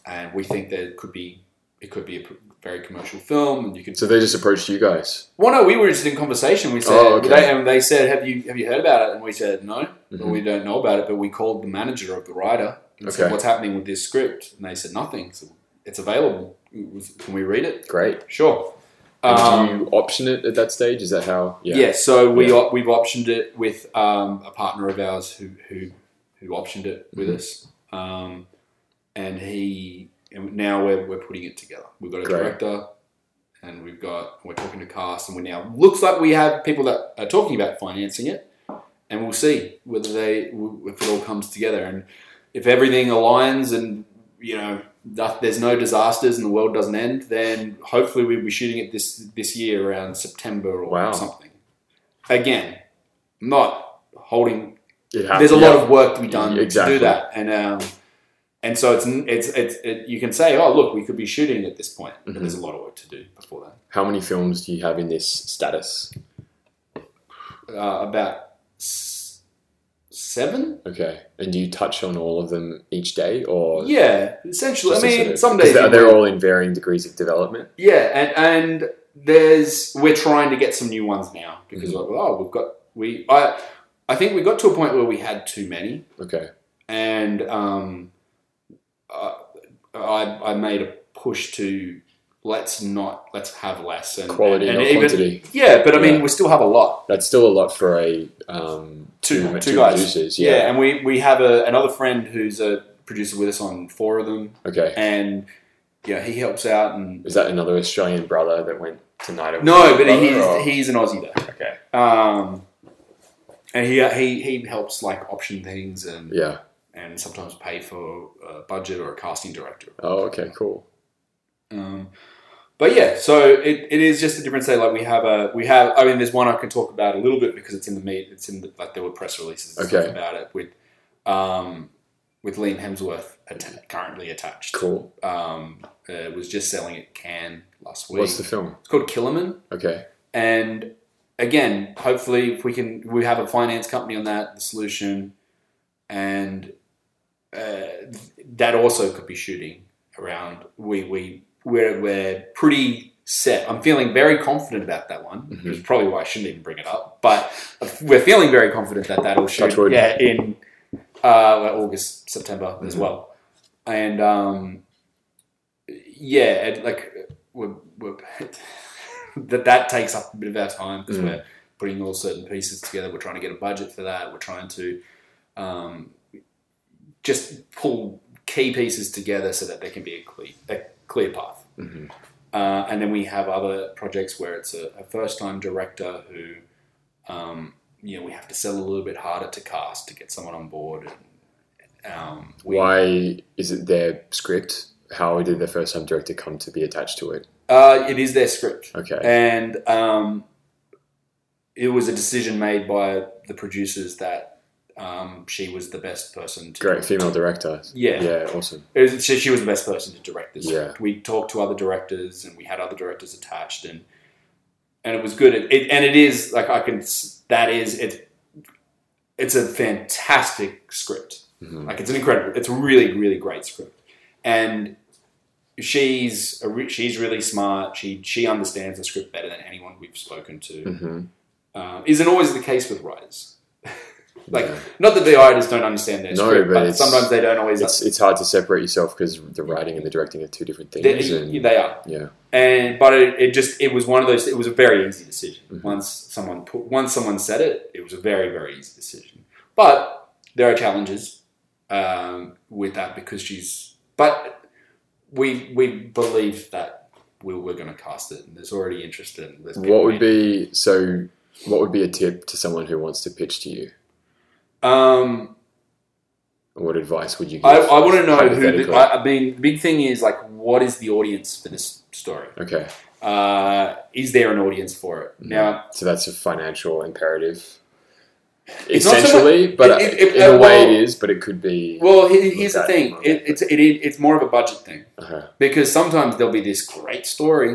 [SPEAKER 1] and we think that it could be it could be a very commercial film and you could
[SPEAKER 2] So they just approached you guys.
[SPEAKER 1] well, no, we were just in conversation. We said,
[SPEAKER 2] Oh, okay.
[SPEAKER 1] they, and they said, "Have you have you heard about it?" And we said, "No,
[SPEAKER 2] Mhm.
[SPEAKER 1] we don't know about it." But we called the manager of the writer and said,
[SPEAKER 2] Okay.
[SPEAKER 1] "What's happening with this script?" And they said, "Nothing. So it's available. Can we read it?"
[SPEAKER 2] Great.
[SPEAKER 1] Sure.
[SPEAKER 2] And
[SPEAKER 1] Um,
[SPEAKER 2] did you option it at that stage? Is that how?
[SPEAKER 1] yeah. So we
[SPEAKER 2] Yeah.
[SPEAKER 1] op- we've optioned it with um, a partner of ours who who who optioned it with
[SPEAKER 2] Mhm.
[SPEAKER 1] us, um, and he and now we're we're putting it together. We've got a
[SPEAKER 2] Great.
[SPEAKER 1] director, and we've got we're talking to cast, and we now looks like we have people that are talking about financing it, and we'll see whether they if it all comes together and if everything aligns and you know that there's no disasters and the world doesn't end, then hopefully we'll be shooting it this this year around September or
[SPEAKER 2] Wow.
[SPEAKER 1] something. Again, not holding.
[SPEAKER 2] It happened.
[SPEAKER 1] there's a lot of work to be done
[SPEAKER 2] Ah, Exactly.
[SPEAKER 1] to do that, and um, and so it's it's it's it, you can say, oh look, we could be shooting at this point,
[SPEAKER 2] Mhm.
[SPEAKER 1] but there's a lot of work to do before
[SPEAKER 2] How many films do you have in this status?
[SPEAKER 1] that. Uh, about s- seven.
[SPEAKER 2] Okay. And do you touch on all of them each day, or
[SPEAKER 1] Yeah, essentially. I
[SPEAKER 2] just sort
[SPEAKER 1] mean,
[SPEAKER 2] of-
[SPEAKER 1] some
[SPEAKER 2] 'cause
[SPEAKER 1] days
[SPEAKER 2] they're,
[SPEAKER 1] you
[SPEAKER 2] they're
[SPEAKER 1] win.
[SPEAKER 2] all in varying degrees of development.
[SPEAKER 1] Yeah, and and there's we're trying to get some new ones now because
[SPEAKER 2] Mm-hmm.
[SPEAKER 1] like, oh we've got we I I think we got to a point where we had too many
[SPEAKER 2] Okay.
[SPEAKER 1] and um I I, I made a push to let's not let's have less and
[SPEAKER 2] Quality,
[SPEAKER 1] and,
[SPEAKER 2] not
[SPEAKER 1] and even-
[SPEAKER 2] quantity.
[SPEAKER 1] yeah but I mean
[SPEAKER 2] Yeah.
[SPEAKER 1] we still have a lot
[SPEAKER 2] That's still a lot for a um,
[SPEAKER 1] Two-
[SPEAKER 2] two
[SPEAKER 1] two guys.
[SPEAKER 2] producers.
[SPEAKER 1] yeah,
[SPEAKER 2] Yeah.
[SPEAKER 1] and we we have a, another friend who's a producer with us on four of them
[SPEAKER 2] Okay.
[SPEAKER 1] and yeah he helps out and
[SPEAKER 2] Is that another Australian brother that went to Night of
[SPEAKER 1] no but
[SPEAKER 2] Brother,
[SPEAKER 1] he's
[SPEAKER 2] or-
[SPEAKER 1] he's an Aussie though.
[SPEAKER 2] okay.
[SPEAKER 1] Um, and he, he he helps like option things and
[SPEAKER 2] Yeah.
[SPEAKER 1] and sometimes pay for a budget or a casting director.
[SPEAKER 2] Oh, okay. Cool.
[SPEAKER 1] Um, but yeah, so it, it is just a different say. Like we have a we have. I mean, there's one I can talk about a little bit because it's in the meet. It's in the, like there were press releases and
[SPEAKER 2] Okay.
[SPEAKER 1] stuff about it with um, with Liam Hemsworth atta- currently attached.
[SPEAKER 2] Cool.
[SPEAKER 1] Um, uh, it was just selling at Cannes last week.
[SPEAKER 2] What's the film?
[SPEAKER 1] it's called Killerman.
[SPEAKER 2] Okay.
[SPEAKER 1] And again, hopefully, if we can, we have a finance company on that the solution, and uh, that also could be shooting around. We we we're we're pretty set. I'm feeling very confident about that one.
[SPEAKER 2] Mhm.
[SPEAKER 1] Which is probably why I shouldn't even bring it up. But we're feeling very confident that that'll shoot.
[SPEAKER 2] Touch wood.
[SPEAKER 1] Yeah, in uh, well, August, September as
[SPEAKER 2] Mhm.
[SPEAKER 1] well, and um, yeah, and like we're, we're that that takes up a bit of our time because
[SPEAKER 2] Mm.
[SPEAKER 1] we're putting all certain pieces together. We're trying to get a budget for that. We're trying to um, just pull key pieces together so that there can be a clear, a clear path.
[SPEAKER 2] hmm
[SPEAKER 1] Uh, and then we have other projects where it's a, a first-time director who, um, you know, we have to sell a little bit harder to cast to get someone on board. And, um, we-
[SPEAKER 2] Why is it their script? How did the first time director come to be attached to it?
[SPEAKER 1] Uh, it is their script,
[SPEAKER 2] Okay.
[SPEAKER 1] and um, it was a decision made by the producers that um, she was the best person. to
[SPEAKER 2] Great female director.
[SPEAKER 1] Yeah,
[SPEAKER 2] Yeah, awesome.
[SPEAKER 1] It was, she, she was the best person to direct this.
[SPEAKER 2] Yeah.
[SPEAKER 1] We talked to other directors, and we had other directors attached, and and it was good. It, it, and it is like I can. s- That is it's it's a fantastic script.
[SPEAKER 2] hmm
[SPEAKER 1] Like it's an incredible. It's a really really great script, and she's a re, she's really smart. She she understands the script better than anyone we've spoken to. Uh,
[SPEAKER 2] hmm
[SPEAKER 1] Um, isn't always the case with writers. Like,
[SPEAKER 2] Yeah.
[SPEAKER 1] not that the writers don't understand their
[SPEAKER 2] No,
[SPEAKER 1] script,
[SPEAKER 2] but
[SPEAKER 1] but,
[SPEAKER 2] it's-
[SPEAKER 1] sometimes they don't always.
[SPEAKER 2] It's it's hard to separate yourself because the writing and the directing are two different
[SPEAKER 1] they,
[SPEAKER 2] things. and-
[SPEAKER 1] they are.
[SPEAKER 2] um, yeah.
[SPEAKER 1] And but it, it just it was one of those. It was a very easy decision.
[SPEAKER 2] Mhm.
[SPEAKER 1] Once someone put once someone said it, it was a very very easy decision. But there are challenges um, with that because she's. But we we believe that we were going to cast it, and there's already interest in. There's people
[SPEAKER 2] What would
[SPEAKER 1] in-
[SPEAKER 2] be so? What would be a tip to someone who wants to pitch to you?
[SPEAKER 1] Um,
[SPEAKER 2] What advice would you give?
[SPEAKER 1] I, I want to know who. The,
[SPEAKER 2] hypothetically?
[SPEAKER 1] I, I mean, the big thing is like, what is the audience for this story?
[SPEAKER 2] okay,
[SPEAKER 1] Uh, is there an audience for it?
[SPEAKER 2] Mhm.
[SPEAKER 1] Now,
[SPEAKER 2] so that's a financial imperative,
[SPEAKER 1] It's not so
[SPEAKER 2] essentially. but
[SPEAKER 1] it- it-
[SPEAKER 2] in a
[SPEAKER 1] uh,
[SPEAKER 2] way,
[SPEAKER 1] well-
[SPEAKER 2] it is. But it could be.
[SPEAKER 1] Well, he- here's the
[SPEAKER 2] Look at it
[SPEAKER 1] thing.
[SPEAKER 2] from
[SPEAKER 1] It,
[SPEAKER 2] that
[SPEAKER 1] it's it, it, it's more of a budget thing
[SPEAKER 2] uh-huh.
[SPEAKER 1] because sometimes there'll be this great story,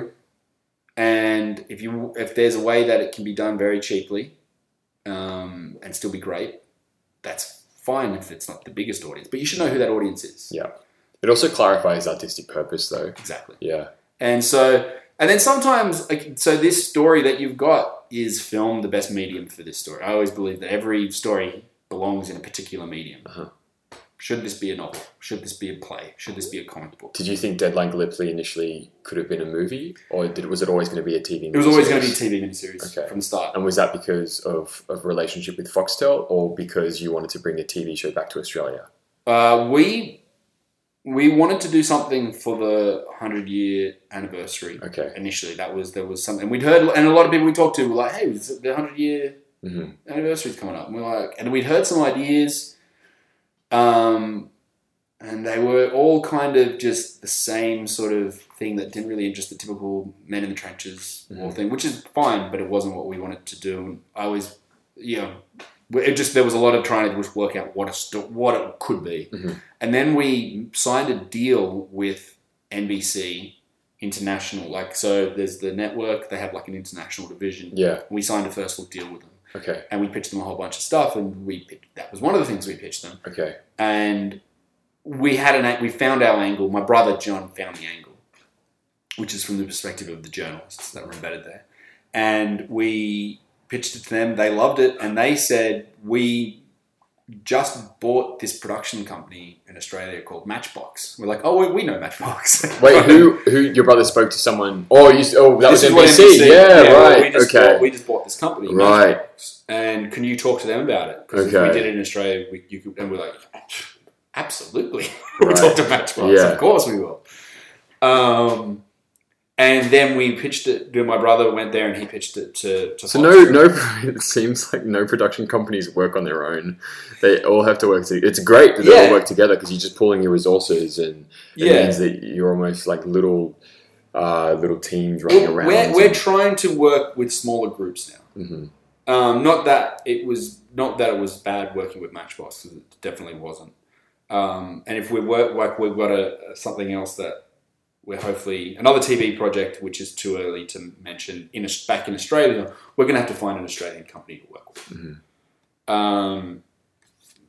[SPEAKER 1] and if you if there's a way that it can be done very cheaply, um, and still be great, that's fine if it's not the biggest audience. But you should know who that audience is
[SPEAKER 2] It also clarifies artistic purpose, though.
[SPEAKER 1] exactly.
[SPEAKER 2] Yeah,
[SPEAKER 1] And so, and then sometimes, like, so this story that you've got is film the best medium for this story. I always believe that every story belongs in a particular medium.
[SPEAKER 2] Uh-huh.
[SPEAKER 1] Should this be a novel? Should this be a play? Should this be a comic book?
[SPEAKER 2] Did you think Deadline Gallipoli initially could have been a movie, or did, was it always going to be a TV?
[SPEAKER 1] It was always
[SPEAKER 2] miniseries?
[SPEAKER 1] going to be a TV miniseries
[SPEAKER 2] Okay.
[SPEAKER 1] from the start.
[SPEAKER 2] And was that because of of relationship with Foxtel, or because you wanted to bring the TV show back to Australia?
[SPEAKER 1] Uh, we we wanted to do something for the hundred year anniversary.
[SPEAKER 2] Okay.
[SPEAKER 1] Initially, that was there was something we'd heard, and a lot of people we talked to were like, "Hey, is it the hundred year
[SPEAKER 2] hmm
[SPEAKER 1] anniversary's coming up. And we're like, and we'd heard some ideas, um, and they were all kind of just the same sort of thing that didn't really interest the typical men in the trenches war
[SPEAKER 2] Mhm.
[SPEAKER 1] thing, which is fine, but it wasn't what we wanted to do. And I always, you know, we- it just there was a lot of trying to just work out what a sto- what it could be,
[SPEAKER 2] Mhm.
[SPEAKER 1] and then we signed a deal with NBC international like so there's the network they have like an international division
[SPEAKER 2] Yeah.
[SPEAKER 1] we signed a first look deal with them
[SPEAKER 2] Okay.
[SPEAKER 1] and we pitched them a whole bunch of stuff, and we picked, that was one of the things we pitched them.
[SPEAKER 2] Okay.
[SPEAKER 1] And we had an we found our angle. My brother John found the angle, which is from the perspective of the journalists that were embedded there, and we pitched it to them. They loved it, and they said we just bought this production company in Australia called Matchbox. We're like, oh, we, we know Matchbox.
[SPEAKER 2] Wait, who who your brother spoke to someone? Oh, you. s- Oh, that
[SPEAKER 1] This
[SPEAKER 2] was
[SPEAKER 1] is what
[SPEAKER 2] NBC. Yeah,
[SPEAKER 1] well,
[SPEAKER 2] right.
[SPEAKER 1] We just
[SPEAKER 2] okay.
[SPEAKER 1] Bought, we just bought this company.
[SPEAKER 2] Right.
[SPEAKER 1] Matchbox. And can you talk to them about it? Because
[SPEAKER 2] Okay.
[SPEAKER 1] we did it in Australia, we, you could, and we're like, absolutely. we
[SPEAKER 2] Right.
[SPEAKER 1] talked to Matchbox.
[SPEAKER 2] Yeah.
[SPEAKER 1] Of course we will. Um, and then we pitched it. My brother went there and he pitched it to. to
[SPEAKER 2] so
[SPEAKER 1] Fox.
[SPEAKER 2] no, no. It seems like no production companies work on their own. They all have to work. To, it's great that they
[SPEAKER 1] Yeah.
[SPEAKER 2] all work together because you're just pooling your resources, and it
[SPEAKER 1] Yeah.
[SPEAKER 2] means that you're almost like little uh, little teams running
[SPEAKER 1] Well,
[SPEAKER 2] around.
[SPEAKER 1] we're, we're trying to work with smaller groups now.
[SPEAKER 2] hmm
[SPEAKER 1] Um, not that it was not that it was bad working with Matchbox 'cause it definitely wasn't. Um, and if we work like we've got a, something else that we're hopefully another TV project, which is too early to mention in Aus- back in Australia, we're going to have to find an Australian company to work with
[SPEAKER 2] Mhm.
[SPEAKER 1] um,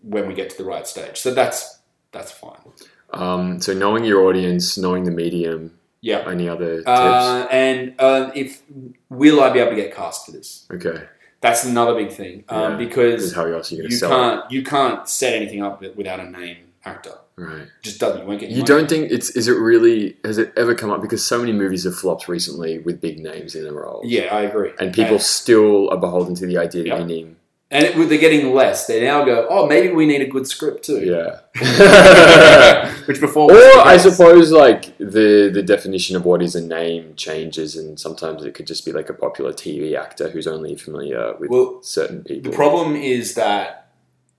[SPEAKER 1] when we get to the right stage. So that's that's fine.
[SPEAKER 2] Um, so knowing your audience, knowing the medium.
[SPEAKER 1] Yeah.
[SPEAKER 2] Any other tips?
[SPEAKER 1] Uh, and uh, if will I be able to get cast for this?
[SPEAKER 2] okay.
[SPEAKER 1] That's another big thing um,
[SPEAKER 2] Yeah.
[SPEAKER 1] because
[SPEAKER 2] This is how else are you going to
[SPEAKER 1] you
[SPEAKER 2] sell
[SPEAKER 1] can't you can't set anything up with- without a name actor.
[SPEAKER 2] it? Right.
[SPEAKER 1] Just doesn't. You won't get. your
[SPEAKER 2] You
[SPEAKER 1] money.
[SPEAKER 2] don't think it's is it really has it ever come up because so many movies have flopped recently with big names in the role.
[SPEAKER 1] Yeah, I agree.
[SPEAKER 2] And people still are beholden to the idea
[SPEAKER 1] Yeah.
[SPEAKER 2] that you need
[SPEAKER 1] and, and it, they're getting less. They now go, oh, maybe we need a good script too.
[SPEAKER 2] Yeah.
[SPEAKER 1] Which before,
[SPEAKER 2] or
[SPEAKER 1] was the
[SPEAKER 2] I
[SPEAKER 1] case.
[SPEAKER 2] suppose like the the definition of what is a name changes and sometimes it could just be like a popular TV actor who's only familiar with
[SPEAKER 1] Well,
[SPEAKER 2] certain
[SPEAKER 1] the
[SPEAKER 2] people.
[SPEAKER 1] problem is that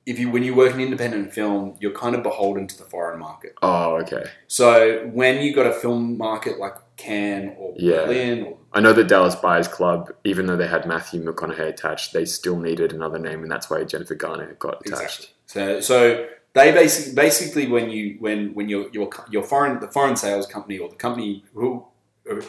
[SPEAKER 1] if you when you work in independent film, you're kind of beholden to the foreign market.
[SPEAKER 2] oh, okay.
[SPEAKER 1] So when you got a film market like Cannes or
[SPEAKER 2] Yeah.
[SPEAKER 1] Berlin or
[SPEAKER 2] I know that Dallas Buyers Club, even though they had Matthew McConaughey attached, they still needed another name, and that's why Jennifer Garner got attached.
[SPEAKER 1] So, so they basically, basically when you when when your your co- your foreign the foreign sales company or the company who or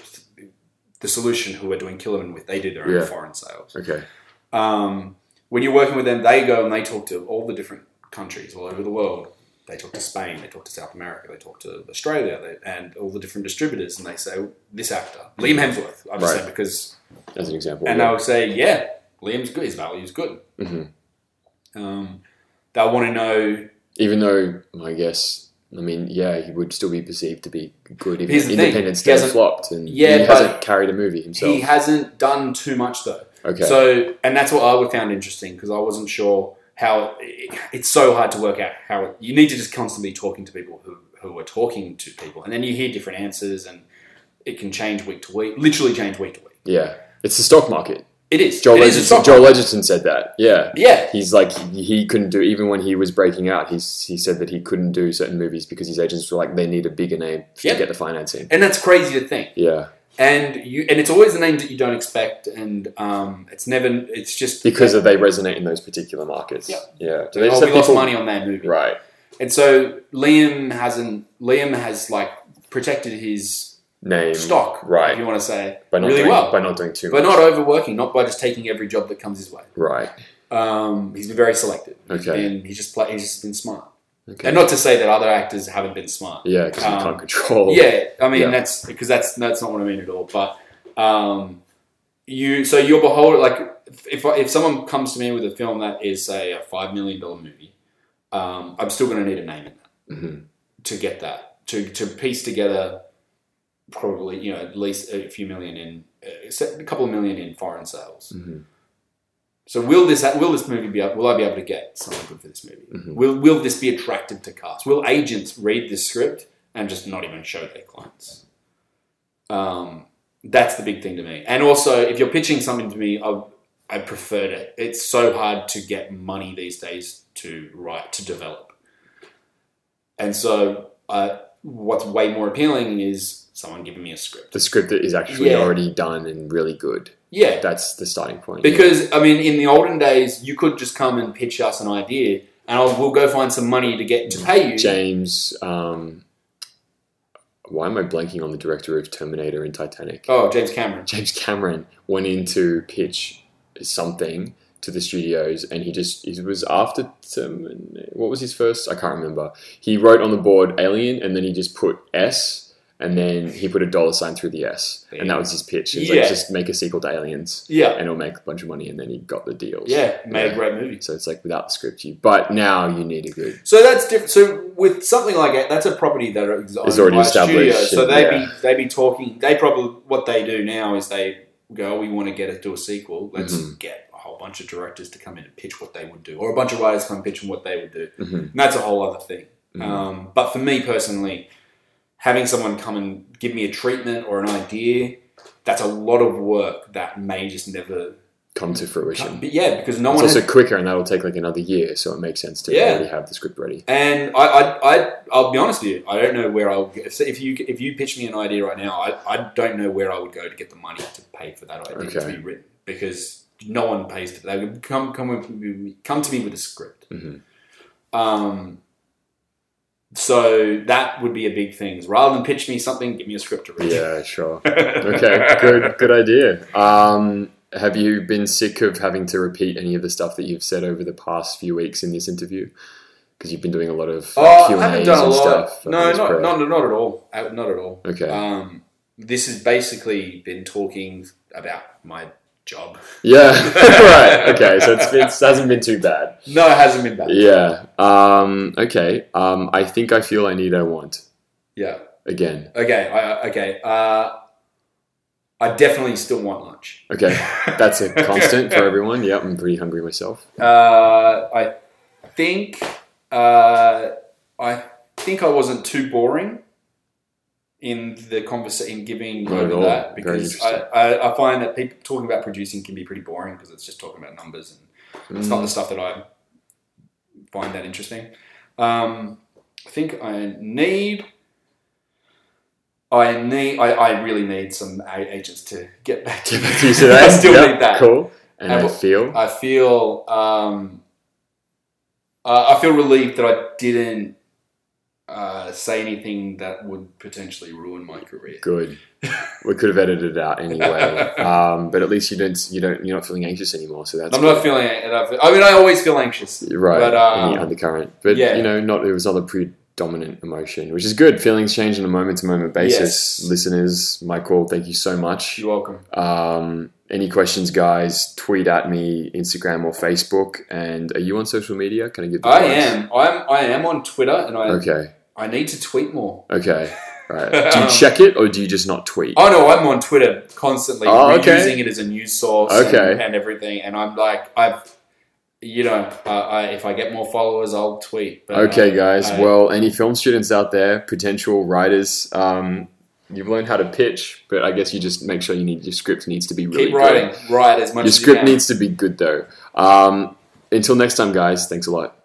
[SPEAKER 1] the solution who we're doing Killerman with, they did their own
[SPEAKER 2] Yeah.
[SPEAKER 1] foreign sales.
[SPEAKER 2] Okay.
[SPEAKER 1] Um, when you're working with them, they go and they talk to all the different countries all over the world. They talk to Spain, they talk to South America, they talk to Australia, they, and all the different distributors, and they say "Oh, this actor, Liam Hemsworth. I'm just
[SPEAKER 2] Right.
[SPEAKER 1] saying because,
[SPEAKER 2] As an example.
[SPEAKER 1] and
[SPEAKER 2] yeah.
[SPEAKER 1] they'll say, yeah, Liam's good, his value is good.
[SPEAKER 2] Mhm.
[SPEAKER 1] Um, they'll want to know.
[SPEAKER 2] Even though, I guess, I mean, yeah, he would still be perceived to be good. Even
[SPEAKER 1] Here's the thing,
[SPEAKER 2] Independence
[SPEAKER 1] he
[SPEAKER 2] Day
[SPEAKER 1] hasn't-
[SPEAKER 2] flopped, and
[SPEAKER 1] Yeah,
[SPEAKER 2] he
[SPEAKER 1] but
[SPEAKER 2] hasn't carried a movie himself.
[SPEAKER 1] He hasn't done too much though.
[SPEAKER 2] okay,
[SPEAKER 1] So, and that's what I found interesting because I wasn't sure how it's so hard to work out how you need to just constantly talking to people who, who are talking to people, and then you hear different answers, and it can change week to week, literally change week to week.
[SPEAKER 2] yeah, it's the stock market.
[SPEAKER 1] It is.
[SPEAKER 2] Joel
[SPEAKER 1] It is a
[SPEAKER 2] Edgerton,
[SPEAKER 1] stock market.
[SPEAKER 2] Joel Edgerton said that. Yeah,
[SPEAKER 1] Yeah,
[SPEAKER 2] he's like he couldn't do even when he was breaking out. He's he said that he couldn't do certain movies because his agents were like they need a bigger name
[SPEAKER 1] Yeah.
[SPEAKER 2] to get the financing.
[SPEAKER 1] and that's crazy to think.
[SPEAKER 2] Yeah,
[SPEAKER 1] And you, and it's always a name that you don't expect, and um, it's never. It's just
[SPEAKER 2] because of they resonate in those particular markets.
[SPEAKER 1] Yeah.
[SPEAKER 2] yeah.
[SPEAKER 1] oh, we
[SPEAKER 2] So they just have
[SPEAKER 1] lost
[SPEAKER 2] people-
[SPEAKER 1] money on that movie.
[SPEAKER 2] Right.
[SPEAKER 1] And so Liam hasn't. Liam has like protected his
[SPEAKER 2] Name.
[SPEAKER 1] stock,
[SPEAKER 2] Right.
[SPEAKER 1] If you want to say,
[SPEAKER 2] By not
[SPEAKER 1] really
[SPEAKER 2] doing,
[SPEAKER 1] well.
[SPEAKER 2] By not doing too
[SPEAKER 1] but
[SPEAKER 2] much.
[SPEAKER 1] not overworking, not by just taking every job that comes his way.
[SPEAKER 2] right.
[SPEAKER 1] Um, he's been very selective. He's
[SPEAKER 2] Okay.
[SPEAKER 1] been, he's just play, he's just been smart,
[SPEAKER 2] Okay.
[SPEAKER 1] and not to say that other actors haven't been smart.
[SPEAKER 2] yeah, because
[SPEAKER 1] um,
[SPEAKER 2] you can't control.
[SPEAKER 1] Yeah, I mean
[SPEAKER 2] Yeah.
[SPEAKER 1] that's because that's that's not what I mean at all. But um, you, so you're beholden. Like if if someone comes to me with a film that is say a five million dollar movie, um, I'm still going to need a name in that
[SPEAKER 2] hmm
[SPEAKER 1] to get that to to piece together. Probably, you know, at least a few million in, uh, a couple of million in foreign sales.
[SPEAKER 2] hmm
[SPEAKER 1] So will this will this movie be will I be able to get someone good for this movie?
[SPEAKER 2] Mhm.
[SPEAKER 1] Will will this be attractive to cast? Will agents read this script and just not even show their clients? Um, that's the big thing to me. And also, if you're pitching something to me, I I prefer it. It's so hard to get money these days to write to develop, and so uh, what's way more appealing is someone giving me a script.
[SPEAKER 2] The script is actually
[SPEAKER 1] Yeah.
[SPEAKER 2] already done and really good.
[SPEAKER 1] Yeah,
[SPEAKER 2] That's the starting point.
[SPEAKER 1] Because I mean, in the olden days, you could just come and pitch us an idea, and I'll, we'll go find some money to get to pay you.
[SPEAKER 2] Mm. James, um, why am I blanking on the director of Terminator and Titanic?
[SPEAKER 1] Oh, James Cameron.
[SPEAKER 2] James Cameron went in to pitch something to the studios, and he just it was after Terminator. What was his first? I can't remember. He wrote on the board Alien, and then he just put S, and then he put a dollar sign through the S, and that was his pitch. It's
[SPEAKER 1] Yeah.
[SPEAKER 2] like just make a sequel to Aliens,
[SPEAKER 1] Yeah,
[SPEAKER 2] and it'll make a bunch of money, and then he got the deals.
[SPEAKER 1] yeah, made a
[SPEAKER 2] Yeah.
[SPEAKER 1] great movie.
[SPEAKER 2] So it's like without the script, you. But now you need a good.
[SPEAKER 1] So that's different. So with something like that, that's a property that is owned
[SPEAKER 2] Is already
[SPEAKER 1] by a studio.
[SPEAKER 2] established,
[SPEAKER 1] So they be
[SPEAKER 2] yeah.
[SPEAKER 1] they be talking. They probably what they do now is they go, "Oh, we want to get a, do a sequel. Let's
[SPEAKER 2] Mhm.
[SPEAKER 1] get a whole bunch of directors to come in and pitch what they would do, or a bunch of writers come pitch and what they would do.
[SPEAKER 2] Mhm.
[SPEAKER 1] And that's a whole other thing.
[SPEAKER 2] Mhm.
[SPEAKER 1] Um, but for me personally, having someone come and give me a treatment or an idea, that's a lot of work that may just never.
[SPEAKER 2] Come to fruition.
[SPEAKER 1] Come. But yeah, because no
[SPEAKER 2] it's
[SPEAKER 1] one.
[SPEAKER 2] also
[SPEAKER 1] has-
[SPEAKER 2] quicker, and that'll take like another year. So it makes sense to
[SPEAKER 1] Yeah.
[SPEAKER 2] already have the script ready.
[SPEAKER 1] and I, I, I, I'll be honest with you. I don't know where I'll. get- If, if you if you pitch me an idea right now, I, I don't know where I would go to get the money to pay for that idea to
[SPEAKER 2] Okay.
[SPEAKER 1] be written because no one pays for that. They would Come come with me- come to me with a script.
[SPEAKER 2] Mhm.
[SPEAKER 1] Um, so that would be a big thing. is Rather than pitch me something, give me a script to read.
[SPEAKER 2] Yeah, sure. Okay, good, good idea. Um, have you been sick of having to repeat any of the stuff that you've said over the past few weeks in this interview? Because you've been doing a lot of uh,
[SPEAKER 1] Oh,
[SPEAKER 2] Q
[SPEAKER 1] I
[SPEAKER 2] and
[SPEAKER 1] haven't
[SPEAKER 2] A's
[SPEAKER 1] done a
[SPEAKER 2] and
[SPEAKER 1] lot.
[SPEAKER 2] stuff.
[SPEAKER 1] no,
[SPEAKER 2] It's
[SPEAKER 1] not,
[SPEAKER 2] great.
[SPEAKER 1] not not at all. Uh, Not at all.
[SPEAKER 2] Okay.
[SPEAKER 1] Um, this has basically been talking about my job.
[SPEAKER 2] yeah. right. Okay. So it's, it's hasn't been too bad.
[SPEAKER 1] No, it hasn't been bad.
[SPEAKER 2] Yeah. Um, okay. Um, I think I feel I need. I want
[SPEAKER 1] Yeah.
[SPEAKER 2] again.
[SPEAKER 1] Okay. I, I- okay. Uh, I definitely still want lunch.
[SPEAKER 2] Okay. That's a constant for everyone. Yep. I'm pretty hungry myself.
[SPEAKER 1] Uh, I think uh, I think I wasn't too boring in the conversation, in giving
[SPEAKER 2] Not at
[SPEAKER 1] over
[SPEAKER 2] all.
[SPEAKER 1] that
[SPEAKER 2] Very
[SPEAKER 1] because I,
[SPEAKER 2] interesting.
[SPEAKER 1] I, I find that people talking about producing can be pretty boring because it's just talking about numbers and it's
[SPEAKER 2] Mm.
[SPEAKER 1] not the stuff that I find that interesting. Um, I think I need. I need. I, I really need some a- agents to get back to
[SPEAKER 2] Give
[SPEAKER 1] me.
[SPEAKER 2] it to you today.
[SPEAKER 1] I still
[SPEAKER 2] Yep,
[SPEAKER 1] need that.
[SPEAKER 2] Cool. And,
[SPEAKER 1] And
[SPEAKER 2] I
[SPEAKER 1] what-
[SPEAKER 2] feel.
[SPEAKER 1] I feel um, uh, I feel relieved that I didn't uh, say anything that would potentially ruin my career.
[SPEAKER 2] Good. We could have edited it out anyway, um, but at least you don't. You don't. You're not feeling anxious anymore, so that's.
[SPEAKER 1] I'm not feeling. I mean, I always feel anxious.
[SPEAKER 2] good. right.
[SPEAKER 1] but, uh,
[SPEAKER 2] in the undercurrent, but
[SPEAKER 1] yeah.
[SPEAKER 2] you know, not it was not the pre dominant emotion, which is good. Feelings change on a moment to moment basis.
[SPEAKER 1] Yes.
[SPEAKER 2] Listeners, Michael, thank you so much.
[SPEAKER 1] You're welcome.
[SPEAKER 2] Um, any questions, guys? Tweet at me, Instagram or Facebook. And are you on social media? Can I give? the
[SPEAKER 1] I
[SPEAKER 2] plugs?
[SPEAKER 1] am. I'm. I am on Twitter, and I.
[SPEAKER 2] Okay.
[SPEAKER 1] I need to tweet more.
[SPEAKER 2] Okay. Right. Do you check it or do you just not tweet?
[SPEAKER 1] Oh no, I'm on Twitter constantly.
[SPEAKER 2] Oh,
[SPEAKER 1] We're
[SPEAKER 2] okay.
[SPEAKER 1] using it as a news source.
[SPEAKER 2] Okay.
[SPEAKER 1] And, and everything, and I'm like, I've. You know, uh, I, if I get more followers, I'll tweet. But,
[SPEAKER 2] Okay,
[SPEAKER 1] uh,
[SPEAKER 2] guys.
[SPEAKER 1] I-
[SPEAKER 2] well, any film students out there, potential writers, um, you've learned how to pitch, but I guess you just make sure you need your script needs to be really
[SPEAKER 1] keep
[SPEAKER 2] good.
[SPEAKER 1] writing, write as much
[SPEAKER 2] Your
[SPEAKER 1] as you
[SPEAKER 2] script
[SPEAKER 1] can.
[SPEAKER 2] needs to be good, though. Um, until next time, guys. Thanks a lot.